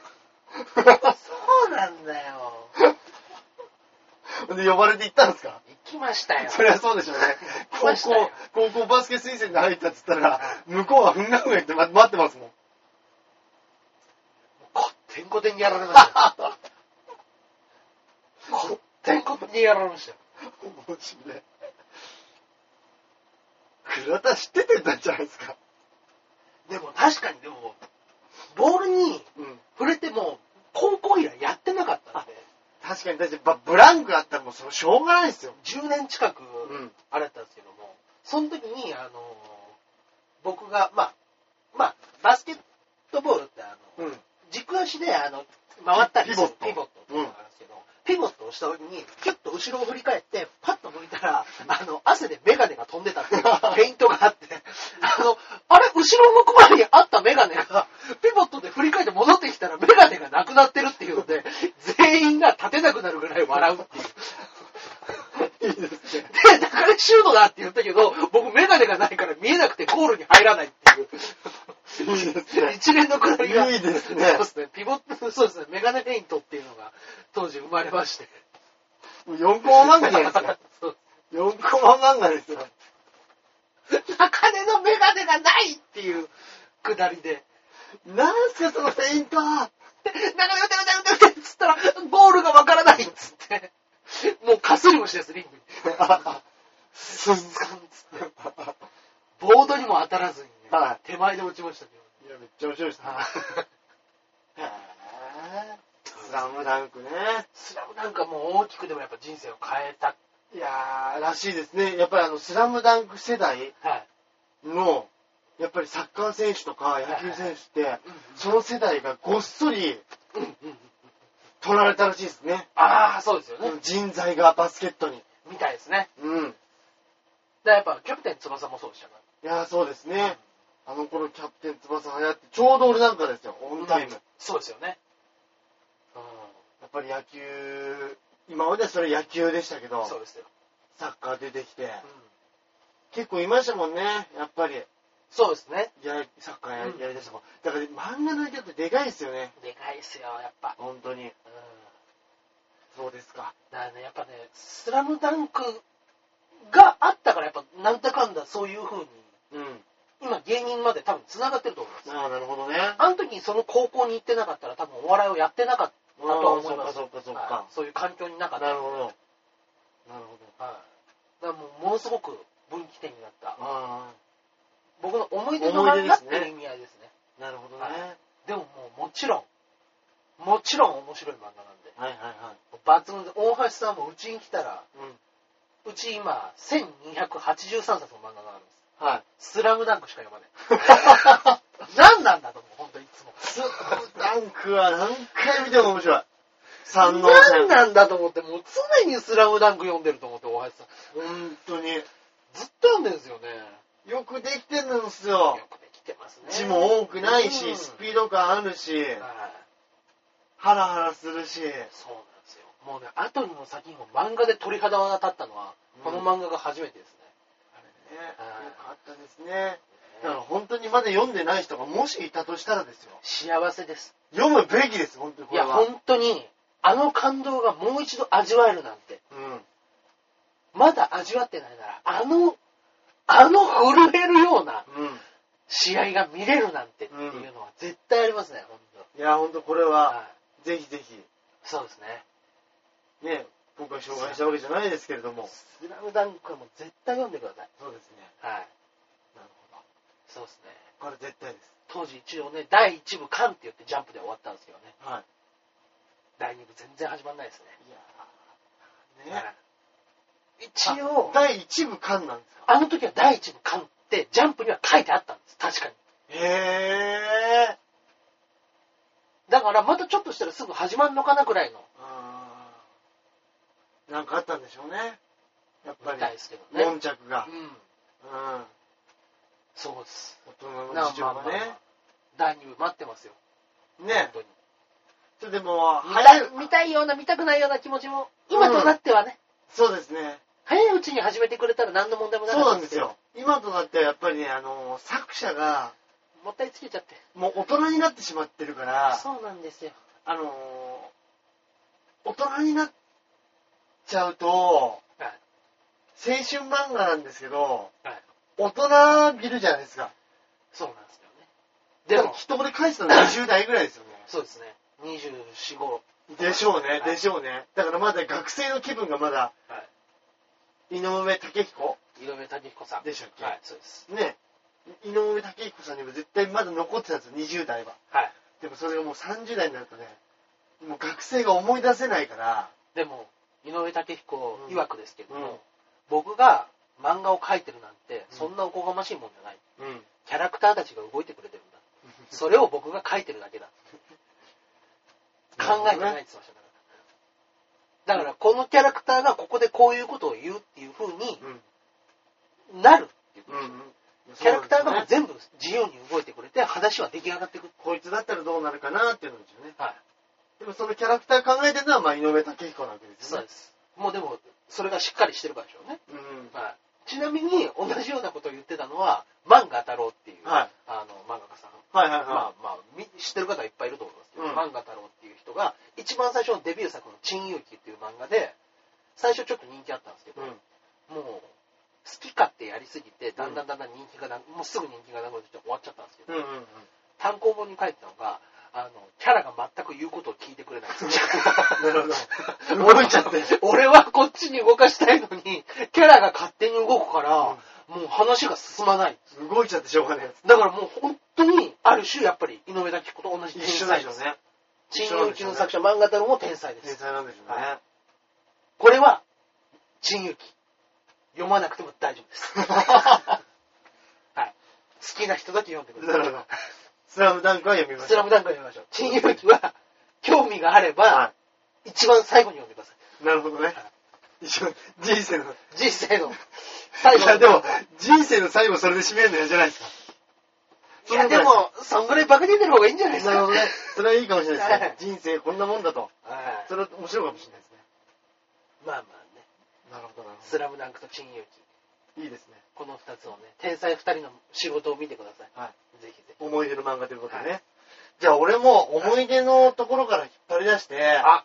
Speaker 2: そうなんだよ。
Speaker 1: で、呼ばれて行ったんですか
Speaker 2: 行きましたよ。
Speaker 1: そりゃそうで しょうね。
Speaker 2: 来
Speaker 1: 高
Speaker 2: ました
Speaker 1: 校
Speaker 2: よ、
Speaker 1: 高校バスケ推薦で入ったっつったら、向こうはふんがふんが言って待ってますもん。
Speaker 2: こってんこてんにやられましたよ。こってんこてんにやられましたよ。
Speaker 1: 面白い。倉田知っててたんじゃないですか。
Speaker 2: でも確かにでも、ボールに
Speaker 1: うん。
Speaker 2: 触れても、高校以来やってなかったんで、
Speaker 1: 確かに、だってばブランクあったらもうそれしょうがないですよ。
Speaker 2: 10年近く、
Speaker 1: ん。
Speaker 2: あれだったんですけども、その時に、あのー僕が、まあ、まあ、バスケットボールって、あの、
Speaker 1: うん。
Speaker 2: 軸足であの回ったりするピ
Speaker 1: ピボ
Speaker 2: ボ
Speaker 1: ッ
Speaker 2: ッ
Speaker 1: ト
Speaker 2: トっていうのがあるんですけど、ピボットをした時にキュッと後ろを振り返ってパッと向いたらあの汗でメガネが飛んでた っていうフェイントがあってあのあれ後ろ向く前にあったメガネがピボットで振り返って戻ってきたらメガネがなくなってるっていうので全員が立てなくなるぐらい笑うっていう。
Speaker 1: いいですね。
Speaker 2: で、だからシュートだって言ったけど、僕メガネがないから見えなくてゴールに入らないっていう。
Speaker 1: いいですね。
Speaker 2: 一連のくらいが。
Speaker 1: いいですね
Speaker 2: そうですね。ピボット、そうですね。メガネフェイントっていうのが当時生まれまして。
Speaker 1: もう4コマ漫画じゃないです か。
Speaker 2: そう
Speaker 1: 4コマ漫画ですよ。
Speaker 2: 中根のメガネがないっていうくだりで。
Speaker 1: なんすかそのフェイントは。
Speaker 2: で中根打て打て打て打てっつったら、ゴールがわからないっつって。もうかすりもしです、リングに。スンスンっつって。ボードにも当たらずにね、
Speaker 1: は
Speaker 2: 手前で落ちましたけど。
Speaker 1: いや、めっちゃ面白いラムダンクね。
Speaker 2: スラムなんかもう大きくでもやっぱ人生を変えた。
Speaker 1: いやー、らしいですね。やっぱりあの、スラムダンク世代
Speaker 2: はい。
Speaker 1: の、やっぱりサッカー選手とか野球選手って、
Speaker 2: うん
Speaker 1: その世代がごっそり
Speaker 2: うんうんうん
Speaker 1: 取られたらしいですね。
Speaker 2: ああ、そうですよね。
Speaker 1: 人材がバスケットに。
Speaker 2: みたいですね。
Speaker 1: うん。
Speaker 2: だからやっぱキャプテン翼もそうでしたか
Speaker 1: いやー、そうですね。あの頃キャプテン翼流行って、ちょうど俺なんかですよ、オ
Speaker 2: ら。
Speaker 1: ンタイム。
Speaker 2: う
Speaker 1: や
Speaker 2: んそうですよね。うん。
Speaker 1: っぱり野球、今まではそれ野球でしたけど、
Speaker 2: そうですよ。
Speaker 1: サッカー出てきて
Speaker 2: う、ん
Speaker 1: 結構いましたもんね、やっぱり。
Speaker 2: そうですね。
Speaker 1: やサッカーや
Speaker 2: うん
Speaker 1: やりだしたもん。だから漫画の影響ってでかいですよね。
Speaker 2: でかいっすよ、やっぱ。
Speaker 1: 本当に。
Speaker 2: うん。
Speaker 1: そうですか。
Speaker 2: だからね、やっぱね、スラムダンクがあったから、やっぱなんだかんだそういう風に、
Speaker 1: うん。
Speaker 2: 今芸人まで多分繋がってると思います。
Speaker 1: ああ、なるほどね。
Speaker 2: あの時にその高校に行ってなかったら多分お笑いをやってなかった。
Speaker 1: あー
Speaker 2: だとは思います
Speaker 1: そっかそっかそっ
Speaker 2: は
Speaker 1: か
Speaker 2: い。そういう環境になかった。
Speaker 1: なるほど。なるほど。
Speaker 2: はい。だからもう、ものすごく分岐点になった。
Speaker 1: あ
Speaker 2: 僕の思い出の漫画っていう意味合いですね。
Speaker 1: あ、なるほどね。
Speaker 2: はいでももう、もちろん、もちろん面白い漫画なんで。
Speaker 1: はいはいは
Speaker 2: 抜群で、大橋さんもうちに来たら、
Speaker 1: い。うん。
Speaker 2: うち今、1283冊の漫画があるんです。
Speaker 1: はい。
Speaker 2: スラムダンクしか読ま ない。何なんだと思う、本当いつも。
Speaker 1: スラムダンクは何回見ても面白い。三能
Speaker 2: 何
Speaker 1: 戦。
Speaker 2: なんだと思って、もう常にスラムダンク読んでると思って、大橋さん。
Speaker 1: 本当に。
Speaker 2: ずっと読んでるんですよね。
Speaker 1: よくできてるんです
Speaker 2: よ
Speaker 1: よ。
Speaker 2: くできてますね。
Speaker 1: 字も多くない
Speaker 2: うん
Speaker 1: し、スピード感あるし、
Speaker 2: はい
Speaker 1: ハラハラするし。
Speaker 2: そうなんですよ。もうね、後にも先にも漫画で鳥肌が立ったのは、この漫画が初めてです
Speaker 1: ね、よ
Speaker 2: はい
Speaker 1: かったですね。だ
Speaker 2: ね。
Speaker 1: から本当にまだ読んでない人がもしいたとしたらですよ。
Speaker 2: 幸せです。
Speaker 1: 読むべきです、本当にこ
Speaker 2: い
Speaker 1: れ
Speaker 2: や、
Speaker 1: は。
Speaker 2: 本当に、あの感動がもう一度味わえるなんて、
Speaker 1: うん。
Speaker 2: まだ味わってないなら、あの、あの震えるような
Speaker 1: うん。
Speaker 2: 試合が見れるなんてっていうのは絶対ありますね、本
Speaker 1: いや、本当これ
Speaker 2: 当。
Speaker 1: は、
Speaker 2: はい。
Speaker 1: ぜひぜひ、
Speaker 2: そうですね。
Speaker 1: ね、僕が紹介したわけじゃないですけれども。
Speaker 2: スラムダンクはもう絶対読んでください。
Speaker 1: そうですね。
Speaker 2: はい。
Speaker 1: なるほど。
Speaker 2: そうですね。
Speaker 1: これ絶対です。
Speaker 2: 当時一応ね、第1部完って言ってジャンプで終わったんですけどね。
Speaker 1: は
Speaker 2: 第2部全然始まんないですね。
Speaker 1: い。いやーね。
Speaker 2: 一応、
Speaker 1: 第一部巻なんですか
Speaker 2: あの時は第一部巻って、ジャンプには書いてあったんです。確かに。
Speaker 1: へぇー。
Speaker 2: だから、またちょっとしたらすぐ始まんのかなくらいの、
Speaker 1: あーなんかあったんでしょうね。やっぱ
Speaker 2: みたい
Speaker 1: り、
Speaker 2: ですけどね。
Speaker 1: 悶着が
Speaker 2: う。ん。
Speaker 1: うん。大
Speaker 2: そうです。
Speaker 1: 人
Speaker 2: な
Speaker 1: の
Speaker 2: まあ
Speaker 1: 事情が
Speaker 2: まあま
Speaker 1: ね
Speaker 2: あ。第二部待ってますよ。
Speaker 1: ね
Speaker 2: 本。当に。
Speaker 1: ちょっとでも、
Speaker 2: 見
Speaker 1: 早い
Speaker 2: た、見たいような、見たくないような気持ちも、今となってはね、
Speaker 1: そうですね。
Speaker 2: 早いうちに始めてくれたら何の問題もな
Speaker 1: そ
Speaker 2: か
Speaker 1: う
Speaker 2: った
Speaker 1: なんですよ。。今となってはやっぱりね、あの、作者が、
Speaker 2: もったいつけちゃって。
Speaker 1: もう大人になってしまってるから、
Speaker 2: そうなんですよ。
Speaker 1: あのー、大人になっちゃうと、
Speaker 2: はい
Speaker 1: 青春漫画なんですけど、
Speaker 2: はい
Speaker 1: 大人びるじゃないですか。
Speaker 2: そうなんですよね。
Speaker 1: で
Speaker 2: で
Speaker 1: も、
Speaker 2: も、
Speaker 1: きっとこれ返したの20代ぐらいですよ ね。
Speaker 2: そうですね。24、5。
Speaker 1: でしょうね、
Speaker 2: はい
Speaker 1: でしょうね。だからまだ学生の気分がまだ、
Speaker 2: は
Speaker 1: 井上武彦
Speaker 2: 井上武彦さん。
Speaker 1: でしたっけ
Speaker 2: はい、そうです。
Speaker 1: ね。井上武彦さんにも絶対まだ残ってたんですよ、20代は。
Speaker 2: はい。
Speaker 1: でもそれがもう30代になるとね、もう学生が思い出せないから、
Speaker 2: でも、井上武彦
Speaker 1: うん
Speaker 2: 曰くですけども、
Speaker 1: うん
Speaker 2: 僕が漫画を描いてるなんて、
Speaker 1: うん
Speaker 2: そんなおこがましいもんじゃない。
Speaker 1: うん。
Speaker 2: キャラクターたちが動いてくれてるんだ。それを僕が描いてるだけだ。考えてないって言ってましたから。だから、このキャラクターがここでこういうことを言うっていう風に
Speaker 1: うん。
Speaker 2: なるって言って
Speaker 1: う
Speaker 2: ました。キ
Speaker 1: ん。
Speaker 2: ャラクターがもう
Speaker 1: ね、
Speaker 2: 全部自由に動いてくれて、話は出来上がってくる。
Speaker 1: こいつだったらどうなるかなっていうのですよね。
Speaker 2: はい。
Speaker 1: でもそのキャラクター考えてるのは、まあ、井上武彦なわけです
Speaker 2: そう
Speaker 1: よね。
Speaker 2: です。もうでも、それがしっかりしてるからでしょうね。
Speaker 1: うん。
Speaker 2: はい、ちなみに同じようなことを言ってたのは漫画太郎っていう、
Speaker 1: はい。
Speaker 2: あの漫画家さん、
Speaker 1: はいはいは
Speaker 2: まあまあ、み知ってる方いっぱいいると思いますけど、
Speaker 1: うん
Speaker 2: 漫画太郎っていう人が一番最初のデビュー作の「珍勇気」っていう漫画で最初ちょっと人気あったんですけ
Speaker 1: い。
Speaker 2: ど、
Speaker 1: うん。
Speaker 2: もう好き勝手やりすぎてだんだんだんだん人気がなもうすぐ人気がなくなって終わっちゃったんですけど、
Speaker 1: うんうんうん。
Speaker 2: 単行本に書いてたのがあのキャラが全く言うことを聞いてくれないんです よ
Speaker 1: なるほど。動いちゃって。
Speaker 2: 俺はこっちに動かしたいのに、キャラが勝手に動くから、もう話が進まない。
Speaker 1: 動いちゃってしょうがないやつ。
Speaker 2: だからもう本当に、ある種やっぱり井上だきこと同じ
Speaker 1: 一緒でしょ
Speaker 2: で
Speaker 1: う
Speaker 2: す。
Speaker 1: ね。
Speaker 2: 沈遊記の作者、漫画太郎も天才で
Speaker 1: 天
Speaker 2: す。
Speaker 1: 才なんでしょうね。
Speaker 2: これは、沈遊記。読まなくても大丈夫です。 はい。好きな人だけ読んでくだ
Speaker 1: な
Speaker 2: さ
Speaker 1: る
Speaker 2: い。
Speaker 1: ほど。スラムダンクは読みまし
Speaker 2: ス
Speaker 1: た。
Speaker 2: ラムダンクを読みましょう。沈遊記は、興味があれば、
Speaker 1: は
Speaker 2: 一番最後に読んでください。
Speaker 1: い。なるほどね。一応、人生の。
Speaker 2: 人生の最後
Speaker 1: い
Speaker 2: の
Speaker 1: や、でも、人生の最後それで締めるの嫌じゃないですか。
Speaker 2: いや、でも、そんぐらいバカに出てる方がいいんじゃないですか。
Speaker 1: なるほどね。それはいいかもしれない
Speaker 2: はい
Speaker 1: ですね。人生こんなもんだと。
Speaker 2: はい
Speaker 1: それは面白いかもしれないですね。
Speaker 2: まあまあね、
Speaker 1: なるほど、なる
Speaker 2: スラムダンクと珍遊記、
Speaker 1: ど。いいですね。
Speaker 2: この二つをね、天才二人の仕事を見てください。
Speaker 1: は
Speaker 2: ぜひぜひ。
Speaker 1: 思い出の漫画ということで
Speaker 2: は
Speaker 1: ね。じゃあ、俺も思い出のところから引っ張り出して、
Speaker 2: あ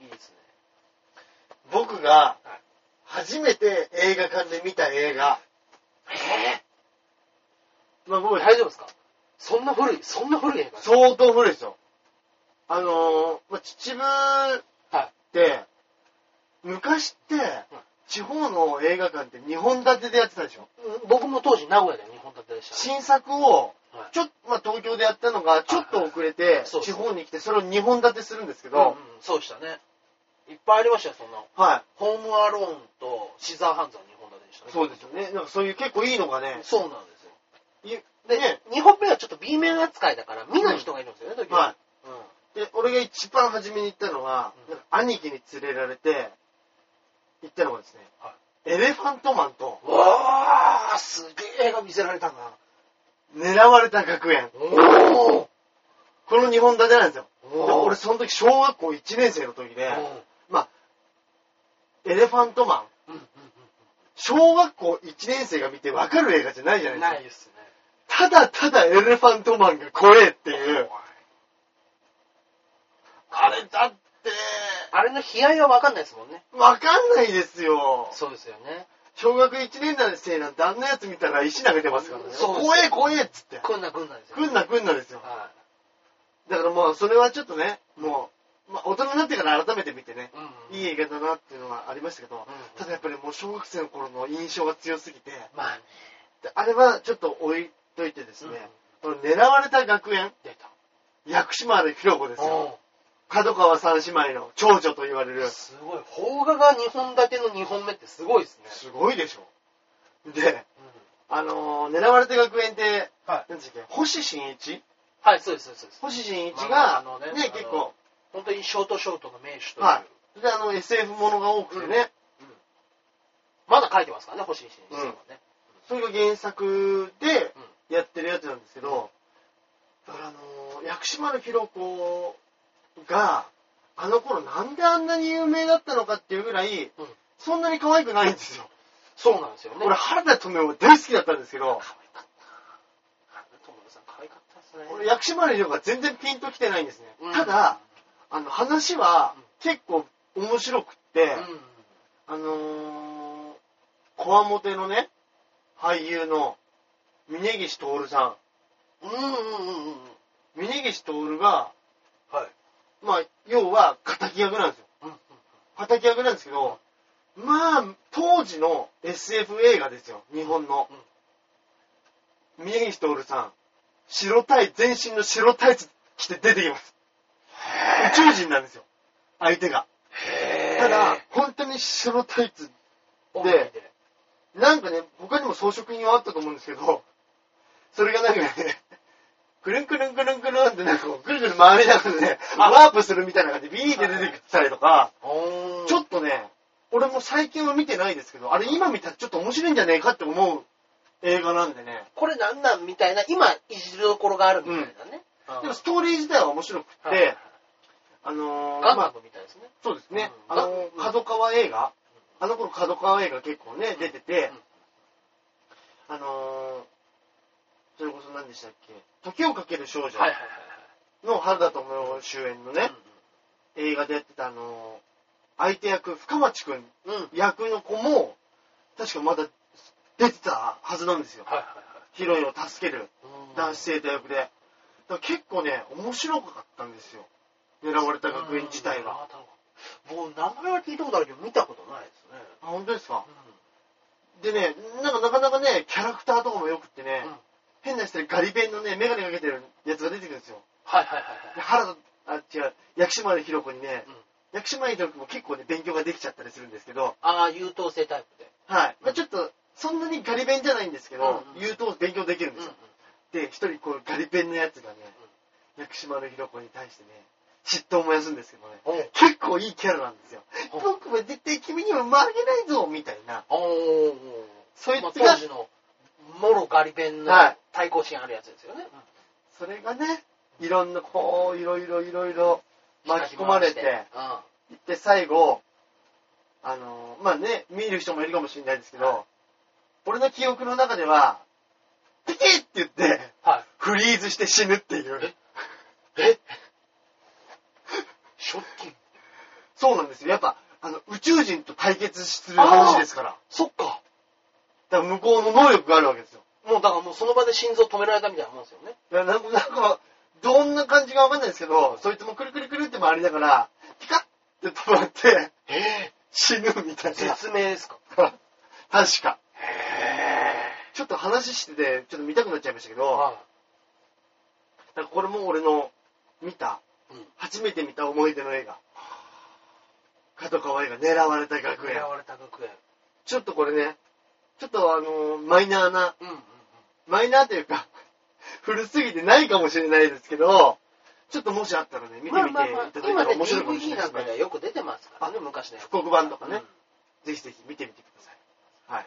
Speaker 2: いい ですね。
Speaker 1: 僕が
Speaker 2: はい
Speaker 1: 初めて映画館で見た映画。
Speaker 2: え
Speaker 1: まあ、
Speaker 2: こ
Speaker 1: 僕
Speaker 2: れ、大丈夫ですかそんな古い、そんな古い映画
Speaker 1: 相当古いですよ。あのー、まあ、秩父って、昔って、地方の映画館って2本立てでやってたでしょ。
Speaker 2: うん僕も当時名古屋で日本立てでした。
Speaker 1: 新作を、
Speaker 2: はい
Speaker 1: ちょっと、まあ、東京でやったのが、ちょっと遅れて、
Speaker 2: そう
Speaker 1: 地方に来て、それを2本立てするんですけど、
Speaker 2: うんうんそうでしたね。いっぱいありましたよ、そんな。
Speaker 1: は
Speaker 2: ホームアローンとシザーハンズの日本立てでした
Speaker 1: い。
Speaker 2: ね。
Speaker 1: そうですよね。なんかそういう結構いいのがね、
Speaker 2: そうなんですよ。
Speaker 1: い
Speaker 2: で、
Speaker 1: ね
Speaker 2: 2本目はちょっと B 面扱いだから、見ない人がいるんですよね、時々
Speaker 1: は
Speaker 2: うん。
Speaker 1: で、俺が一番初めに行ったのは、
Speaker 2: うん
Speaker 1: なんか兄貴に連れられて、行ったのがですね、
Speaker 2: は
Speaker 1: エレファントマンと
Speaker 2: うわー、すげえ映画見せられたな。
Speaker 1: 狙われた学園。
Speaker 2: おー
Speaker 1: この2本立てなんですよ。で
Speaker 2: おー
Speaker 1: 俺その時小学校1年生の時で、エレファントマン、
Speaker 2: うんうん
Speaker 1: 小学校1年生が見てわかる映画じゃないじゃ
Speaker 2: う
Speaker 1: なんいです
Speaker 2: な
Speaker 1: か。
Speaker 2: いですね。
Speaker 1: ただただエレファントマンが怖えっていう。あれだって、
Speaker 2: あれの悲哀は分かんないですもんね。
Speaker 1: わかんないですよ。
Speaker 2: そうですよね。
Speaker 1: 小学1年生なんてあんなやつ見たら石投げてますからね。
Speaker 2: そうです
Speaker 1: 怖え怖えっつって。
Speaker 2: 来んな来んなですよ。
Speaker 1: 来んな来んなですよ。
Speaker 2: は
Speaker 1: だからもうそれはちょっとね、もう、まあ、大人になってから改めて見てね、
Speaker 2: い。うん
Speaker 1: いい映画だなっていうのはありましたけど、
Speaker 2: ん
Speaker 1: ただやっぱりもう小学生の頃の印象が強すぎて、
Speaker 2: まあね。
Speaker 1: であれはちょっと置いといてですね、この狙われた学園、
Speaker 2: 出た。
Speaker 1: 薬師丸ひろ子ですよ。
Speaker 2: お
Speaker 1: 角川三姉妹の長女と言われ
Speaker 2: ー
Speaker 1: る。
Speaker 2: すごい。邦画が2本立ての2本目ってすごいですね。
Speaker 1: すごいでしょ。で、
Speaker 2: うん
Speaker 1: あのー狙われた学園って、
Speaker 2: はい
Speaker 1: なんていうんですか、星新一
Speaker 2: はい、そうです、そうですそうです。
Speaker 1: 星新一
Speaker 2: まあ
Speaker 1: が
Speaker 2: あの、ね
Speaker 1: ね、
Speaker 2: あの
Speaker 1: 結構、
Speaker 2: 本当にショートショートの名手という。
Speaker 1: はいで、あの、SF ものが多くてね、
Speaker 2: まだ書いてますからね、星新一さんはね。
Speaker 1: それが原作でやってるやつなんですけど、だからあのー薬師丸ひろ子が、あの頃なんであんなに有名だったのかっていうぐらい、
Speaker 2: うん
Speaker 1: そんなに可愛くないんですよ。
Speaker 2: そうなんですよね。
Speaker 1: 俺、原田知世は大好きだったんですけ
Speaker 2: 可愛かったな。あ
Speaker 1: ど、
Speaker 2: の友達さん可愛かったですね。
Speaker 1: 俺、薬師丸ひろ子が全然ピンときてないんですね。
Speaker 2: うん
Speaker 1: ただ、、あの、話は結構面白くって、
Speaker 2: うん。
Speaker 1: あのー、こわもてのね、俳優の峯岸徹さん。
Speaker 2: うんうんうんうん。
Speaker 1: 峯岸徹が、
Speaker 2: はい。
Speaker 1: まあ、要は、敵役なんですよ。
Speaker 2: うんうん。
Speaker 1: 敵役なんですけど、まあ、当時の SF 映画ですよ、日本の。峯岸徹さん、白タイ、全身の白タイツ着て出て きます。宇宙人なんですよ、相手が。
Speaker 2: へ
Speaker 1: ただ、、本当に白タイツ、
Speaker 2: で、
Speaker 1: なんかね、他にも装飾品はあったと思うんですけど、 それがなんかね、 くるんくるんくるんくるんってなんかこうぐるぐる回りながらね、ワープするみたいな感じでビーって出てきたりとか、
Speaker 2: おー
Speaker 1: ちょっとね、俺も最近は見てないですけど、あれ今見たらちょっと面白いんじゃねえかって思う映画なんでね。
Speaker 2: これなんなんみたいな、今、いじるところがあるみたいなね。
Speaker 1: でもストーリー自体は面白くって、
Speaker 2: はいはい
Speaker 1: あのー、
Speaker 2: ガン
Speaker 1: ま
Speaker 2: ダ
Speaker 1: あ
Speaker 2: ムみたいですね。
Speaker 1: そうですね、
Speaker 2: うん
Speaker 1: あのー、角川映画、あの頃角川映画結構ね、出てて、あのー、それこそ何でしたっけ、時をかける少女
Speaker 2: はいはいはい
Speaker 1: の原田知世主演の
Speaker 2: はい。
Speaker 1: ね、映画でやってたあのー、相手役、深町くん
Speaker 2: うん。うん。はい
Speaker 1: 役の子も、確かまだ出てたはずなんですよ。
Speaker 2: はいはい。
Speaker 1: ヒロインを助ける
Speaker 2: うん
Speaker 1: 男子生徒役で。だから結構ね、面白かったんですよ。狙われた学園自体が。。
Speaker 2: うんもう名前は聞いたことあるけど、見たことないですね。
Speaker 1: あ、本当ですか
Speaker 2: うん
Speaker 1: でね、なんかなかなかね、キャラクターとかも良くってね、
Speaker 2: うん
Speaker 1: 変な人でガリ弁のね、メガネかけてるやつが出てくるんですよ。
Speaker 2: はいはいはい
Speaker 1: で原田あ、違う、薬師丸ひろ子にね、
Speaker 2: うん
Speaker 1: 薬師丸ひろ子も結構ね、勉強ができちゃったりするんですけど、
Speaker 2: ああ、優等生タイプで。
Speaker 1: はい。まあ、ちょっと、そんなにガリ勉じゃないんですけど、
Speaker 2: うんうん
Speaker 1: 言うと勉強できるんですよ。で、一人こう、ガリ勉のやつがね、薬師丸ひろ子に対してね、嫉妬を燃やすんですけどね、
Speaker 2: おう
Speaker 1: 結構いいキャラなんですよ。
Speaker 2: お
Speaker 1: 僕は絶対君には負けないぞみたいな。
Speaker 2: おー
Speaker 1: そいつ
Speaker 2: まあ
Speaker 1: が
Speaker 2: 当時の、もろガリ弁の
Speaker 1: はい
Speaker 2: 対抗心あるやつですよね。
Speaker 1: それがね、いろんな、こう、いろいろいろいろ巻き込まれて、
Speaker 2: うん
Speaker 1: で、最後、あのーまあね、見る人もいるかもしれないですけど、
Speaker 2: は
Speaker 1: 俺の記憶の中では、ピキッって言って、
Speaker 2: は
Speaker 1: フリーズして死ぬっていう。
Speaker 2: い。え ショッキング。
Speaker 1: そうなんですよ。やっぱ、あの、宇宙人と対決する話ですから。
Speaker 2: そっか。
Speaker 1: だから向こうの能力があるわけですよ。
Speaker 2: もうだからもうその場で心臓止められたみたいなもんですよね。
Speaker 1: いやなんか、なんかどんな感じかわかんないですけど、そいつもくるくるくるって回りながら、ピカッって止まって、
Speaker 2: え
Speaker 1: 死ぬみたいな。
Speaker 2: 説明ですか。
Speaker 1: 確か。
Speaker 2: へえ。
Speaker 1: ちょっと話してて、ちょっと見たくなっちゃいましたけど、
Speaker 2: は
Speaker 1: なんかこれも俺の見た、
Speaker 2: うん
Speaker 1: 初めて見た思い出の映画。加藤河合が狙われた
Speaker 2: い。
Speaker 1: 学園
Speaker 2: 狙。われた学園。
Speaker 1: ちょっとこれね、ちょっとあのーマイナーな、
Speaker 2: うんうんうん。
Speaker 1: マイナーというか、 古すぎてないかもしれないですけど、ちょっともしあったらね、見てみていただいた
Speaker 2: 今
Speaker 1: ら
Speaker 2: ね、
Speaker 1: 面白いかもしれ
Speaker 2: DVD な
Speaker 1: ないで
Speaker 2: ん
Speaker 1: す
Speaker 2: か
Speaker 1: ね。
Speaker 2: ではよく出てますからね、昔のやつ。
Speaker 1: 復刻版とかね
Speaker 2: うん
Speaker 1: ぜひぜひ見てみてください。はい。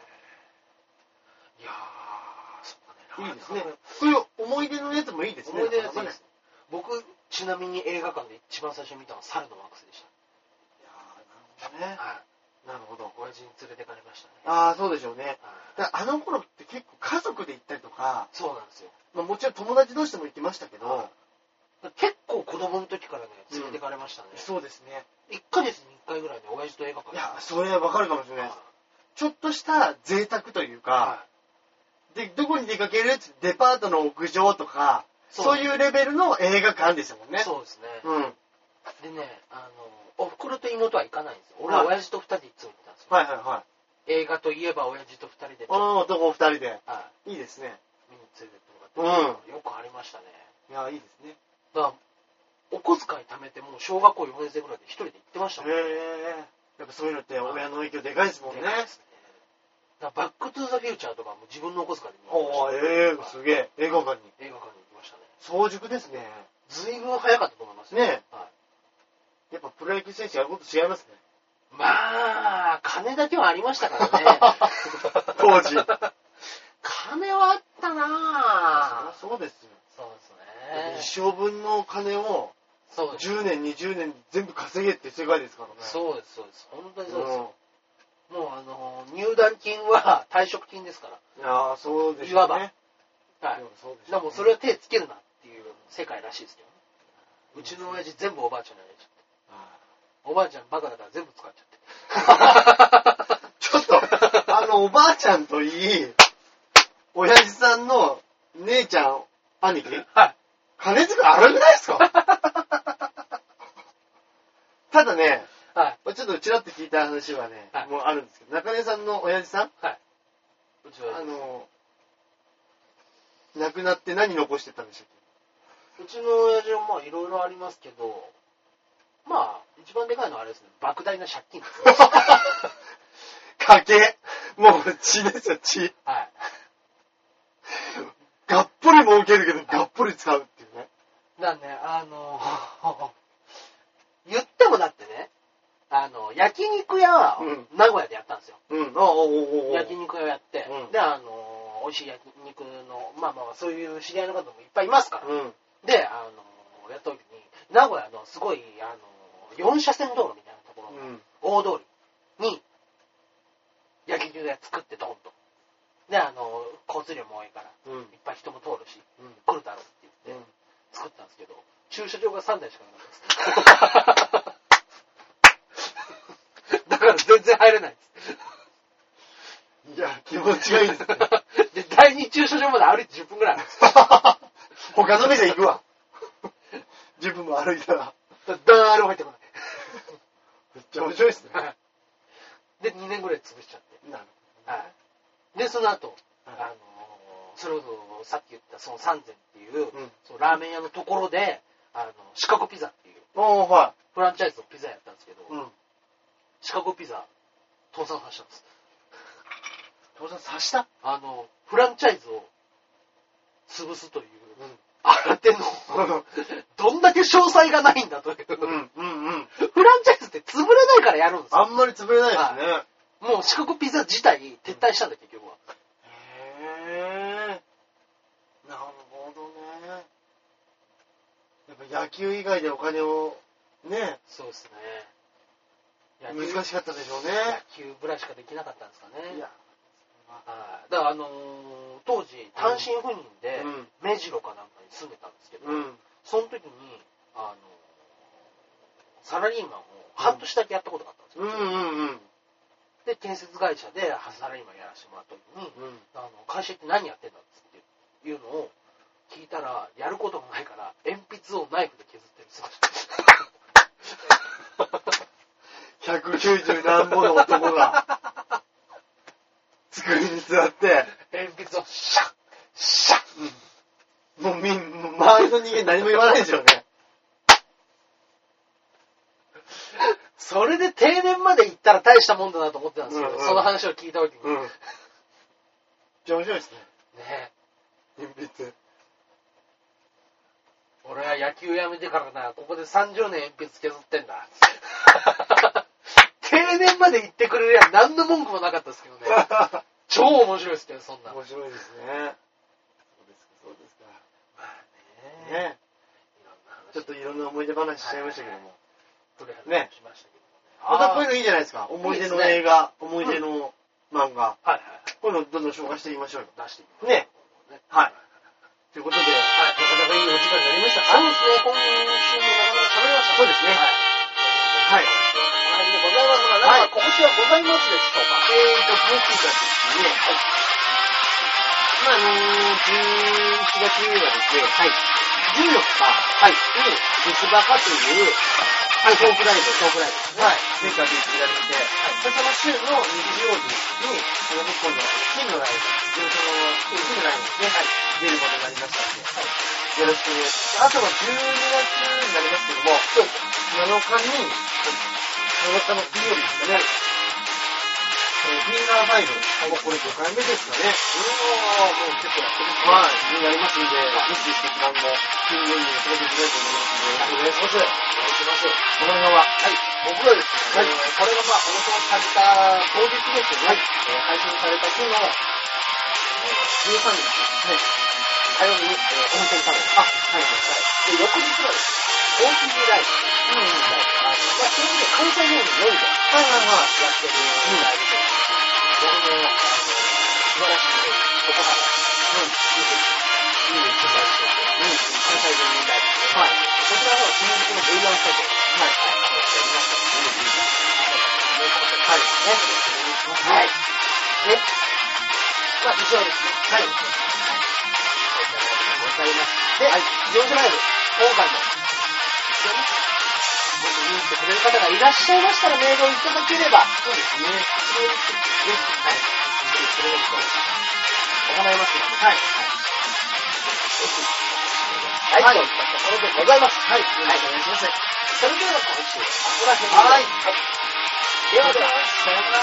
Speaker 2: いやー、そっか
Speaker 1: いいですね。こういう思い出のやつもいいですね。
Speaker 2: 思い出のやついい
Speaker 1: なか
Speaker 2: で
Speaker 1: なか
Speaker 2: すね。僕、ちなみに映画館で一番最初に見たのは猿の惑星でし
Speaker 1: ねいやーなる
Speaker 2: た。はい。
Speaker 1: ほどね。なるほど。
Speaker 2: 親父に連れてかれましたね。
Speaker 1: ああ、そうでしょうね。
Speaker 2: はい
Speaker 1: だからあの頃って結構家族で行ったりとか、
Speaker 2: そうなんですよ。
Speaker 1: まあ、もちろん友達同士でも行きましたけど、
Speaker 2: 結構子供の時からね、連れてかれましたね。
Speaker 1: そうですね。
Speaker 2: 1ヶ月に1回ぐらいね、親父と映画館
Speaker 1: い
Speaker 2: に
Speaker 1: や、それはわかるかもしれないです。ちょっとした贅沢というか、
Speaker 2: は
Speaker 1: で、どこに出かけるってデパートの屋上とか、
Speaker 2: そ
Speaker 1: そうういうレベルの映画館でしたもん
Speaker 2: い
Speaker 1: ね。
Speaker 2: そうですね。
Speaker 1: うん。はい
Speaker 2: でね、あの、お袋と妹は行かないんですよ。俺は
Speaker 1: はい
Speaker 2: 親父と2人でいつも行ったんですよ。
Speaker 1: はいはい。
Speaker 2: 映画といえば親父と2人でち
Speaker 1: あ
Speaker 2: ょっ
Speaker 1: の男二人で。
Speaker 2: と、はい
Speaker 1: いいですね。
Speaker 2: 見に連れてってもらって
Speaker 1: うん。い
Speaker 2: よくありましたね。
Speaker 1: や、いいですね。
Speaker 2: だから、お小遣い貯めて、もう小学校4年生ぐらいで一人で行ってましたもん
Speaker 1: へえ。やっぱそういうのって親の影響でかいですもんね
Speaker 2: で。かいですねだからバックトゥーザフューチャーとかも自分のお小遣いで見に
Speaker 1: お
Speaker 2: 行
Speaker 1: ー、
Speaker 2: きま
Speaker 1: ええすげえ。映画館に。
Speaker 2: した。映画館に行きましたね。
Speaker 1: 早熟ですね。
Speaker 2: ずいぶん早かったと思いますよ
Speaker 1: ね
Speaker 2: は
Speaker 1: やっぱプロ野球選手やること違いますね。。
Speaker 2: いまあ、金だけはありましたから ね
Speaker 1: 当時。
Speaker 2: 金はあったなぁ。
Speaker 1: そりゃそうですよ。
Speaker 2: そうで
Speaker 1: 一生分のお金を
Speaker 2: そうです。
Speaker 1: 10年、20年全部稼げって世界ですからね。
Speaker 2: そうです、そうです。本当にそうです。
Speaker 1: ん
Speaker 2: もうあのー、入団金は退職金ですか
Speaker 1: いやーそうです
Speaker 2: いわば
Speaker 1: ね。
Speaker 2: ら。はい。
Speaker 1: そう
Speaker 2: だ
Speaker 1: で
Speaker 2: からもうそれは手つけるなっていう世界らしいですけどね。うちの親父全部おばあちゃんにあげちゃって。おばあちゃんバカだから全部使っちゃって。
Speaker 1: ちょっ と、あの、おばあちゃんといい、親父さんの姉ちゃん、 兄貴、
Speaker 2: はい
Speaker 1: 金作り荒くないです かただね、
Speaker 2: はい。
Speaker 1: ちょっとちらっと聞いた話はね、
Speaker 2: はい
Speaker 1: もうあるんですけど、中根さんの親父さん、
Speaker 2: うちの親
Speaker 1: あ
Speaker 2: 父
Speaker 1: の、亡くなって何残してたんでしたっ
Speaker 2: うちの親父はまあいろいろありますけど、まあ、一番でかいのはあれですね、莫大な借 金ですね。
Speaker 1: け 家計もう血ですよ、血。
Speaker 2: はい。
Speaker 1: がっぽり儲けるけど、がっぽり使うっていうね。
Speaker 2: なんで、あの、 言ってもだってね、あの、焼肉屋は
Speaker 1: うん
Speaker 2: 名古屋でやったんですよ。
Speaker 1: うん、あ、おおおお。
Speaker 2: 焼肉屋をやって、
Speaker 1: うん
Speaker 2: で、あの、美味しい焼肉の、まあまあ、そういう知り合いの方もいっぱいいますから。
Speaker 1: うん。
Speaker 2: で、あの、やった時に、名古屋のすごい、あの、4車線道路みたいなところの
Speaker 1: うん。
Speaker 2: 大通りに焼肉屋作ってドンと。で、あの、交通量も多いから、
Speaker 1: うん。
Speaker 2: いっぱい人も通るし、
Speaker 1: うん
Speaker 2: 来るだろうって
Speaker 1: う
Speaker 2: 言って
Speaker 1: ん、
Speaker 2: 作ったんですけど、駐車場が3台しかなかった です。だから全然入れない
Speaker 1: いや、気持ちがいいですね。
Speaker 2: です。で、第2駐車場まで歩いて10分ぐらいあるんです
Speaker 1: 他の店行くわ。 自分も歩いたら。
Speaker 2: よ。だ誰も入ってこ
Speaker 1: めっちゃ面白いですね。
Speaker 2: ない。 で、2年ぐらい潰しちゃって。
Speaker 1: なる
Speaker 2: はい。で、その後、あ
Speaker 1: はい
Speaker 2: のーそれこそさっき言ったその三千っていう、
Speaker 1: うん
Speaker 2: そのラーメン屋のところで、あの、シカゴピザっていう、
Speaker 1: おー、は
Speaker 2: フランチャイズのピザやったんですけど、
Speaker 1: い。うん。
Speaker 2: シカゴピザ、倒産させたんです。
Speaker 1: 父さん刺した
Speaker 2: あの、フランチャイズを潰すという、
Speaker 1: うん
Speaker 2: 新手の、 どんだけ詳細がないんだという、
Speaker 1: うん、うん、うん。
Speaker 2: フランチャイズって潰れないからやるんです
Speaker 1: あ
Speaker 2: よ。
Speaker 1: んまり潰れないですね。
Speaker 2: もうシカゴピザ自体撤退したんだ、結局は。
Speaker 1: へーなるほどね。やっぱ野球以外でお金を、ね、
Speaker 2: そうですね。
Speaker 1: 難しかったでしょうね。
Speaker 2: 野球ぐらいしかできなかったんですかね。
Speaker 1: いや、
Speaker 2: はい。だから、あのー当時、単身赴任で、
Speaker 1: うん
Speaker 2: 目白かなんかに住んでたんですけど、
Speaker 1: うん。
Speaker 2: その時に、あのーサラリーマンを半年だけやったことがあったんですよ
Speaker 1: う。ん、うん、うん。
Speaker 2: で、建設会社でサラリーマンやらせてもらった時に、
Speaker 1: うん。
Speaker 2: あの会社って何やってんだっつっていうのを聞いたら、やることがないから、鉛筆をナイフで削ってるんですよ。
Speaker 1: 190何本の男が、机に座って、
Speaker 2: 鉛筆をシャッシャッ
Speaker 1: もうみん、周りの人間何も言わないでしょうね。
Speaker 2: それで定年まで行ったら大したもんだなと思ってたんですけど、
Speaker 1: うんうん
Speaker 2: その話を聞いた時に、
Speaker 1: うん。めっ
Speaker 2: ね
Speaker 1: ちゃ面白いですね。
Speaker 2: え
Speaker 1: 鉛筆。
Speaker 2: 俺は野球やめてからな、ここで30年鉛筆削ってん だ。定年まで行ってくれりゃ何の文句もなかったですけどね。超面白いですけど、そんな。
Speaker 1: 面白いですね。そうですか、そうですか。
Speaker 2: ね
Speaker 1: ね
Speaker 2: いろんな話
Speaker 1: ちょっといろんな思い出話しちゃいましたけども。
Speaker 2: どれ話
Speaker 1: ね
Speaker 2: しましたけどね。
Speaker 1: またこうい
Speaker 2: は
Speaker 1: うのいいじゃないですか。思い出
Speaker 2: いい
Speaker 1: の
Speaker 2: ですね
Speaker 1: 映画、思い出の漫画。
Speaker 2: いはいはい。
Speaker 1: こういうのどんどん紹介していきましょうよ。
Speaker 2: 出していきます
Speaker 1: ね
Speaker 2: ね
Speaker 1: はい。ということで、
Speaker 2: はい、なかなかいいお時間になりました。そうですね、今週もなかなか喋りました。
Speaker 1: そうですね
Speaker 2: はい。
Speaker 1: はい。えー
Speaker 2: ありがとうございますが、
Speaker 1: はい
Speaker 2: なんか告知はございますでしょうか
Speaker 1: と、僕たちですね、まあ、あのー、11月にはですね、はい。14日、はい。に、ブスバカという、はい、トークライブ、トークライブですね。
Speaker 2: はい
Speaker 1: 前回でやられて、はい。その週の日曜日に、その今度、金のライブ、事務所の金のライブですね、はい。出ることになりましたんで、はい。よろしくお願いします。あとは12月になりますけども、そう7日に、7日の金曜日ですかね、えー、フィンガー5、もうこれ5回目ですか
Speaker 2: も
Speaker 1: ね。
Speaker 2: う結構やってる
Speaker 1: はい、になりますんで、ぜひぜひ版も、金曜日に届けてくれと思いますので、よろしくお
Speaker 2: お願
Speaker 1: 願いします。
Speaker 2: いします。
Speaker 1: この辺
Speaker 2: は
Speaker 1: は、
Speaker 2: い、僕らですね、
Speaker 1: はい
Speaker 2: えーこれがまあ放送された当日ですね、
Speaker 1: はい
Speaker 2: えー配信された日の、えー13日、
Speaker 1: はい、
Speaker 2: 火曜日に、えー、温泉カメラ。
Speaker 1: あ、はい、はい。
Speaker 2: で、翌日はですね、オープニングライブ。
Speaker 1: うん、はい、
Speaker 2: あのまあ、それで関西料理のみでや
Speaker 1: はい、はい。
Speaker 2: ってるライブで、やるの、素晴らしいとこから、うん、見て、見に行ってもらって、
Speaker 1: うん、
Speaker 2: 関西料理ライブ。
Speaker 1: はい、
Speaker 2: こちらの新宿の V1 スタジオ。
Speaker 1: はい、
Speaker 2: はい。はい。で、まあ、以上ですね。はい。わかります。で、はい、ジョージライブ、今回も、見に来てくれる方がいらっしゃいましたらメールをいただければ、そうですね。はい。それを行いますので、はい。はい。はい。といったところでございます。はい。はい。お願いします。それでは今週はここら辺で。
Speaker 1: はい
Speaker 2: はい。ではでは、
Speaker 1: さよなら。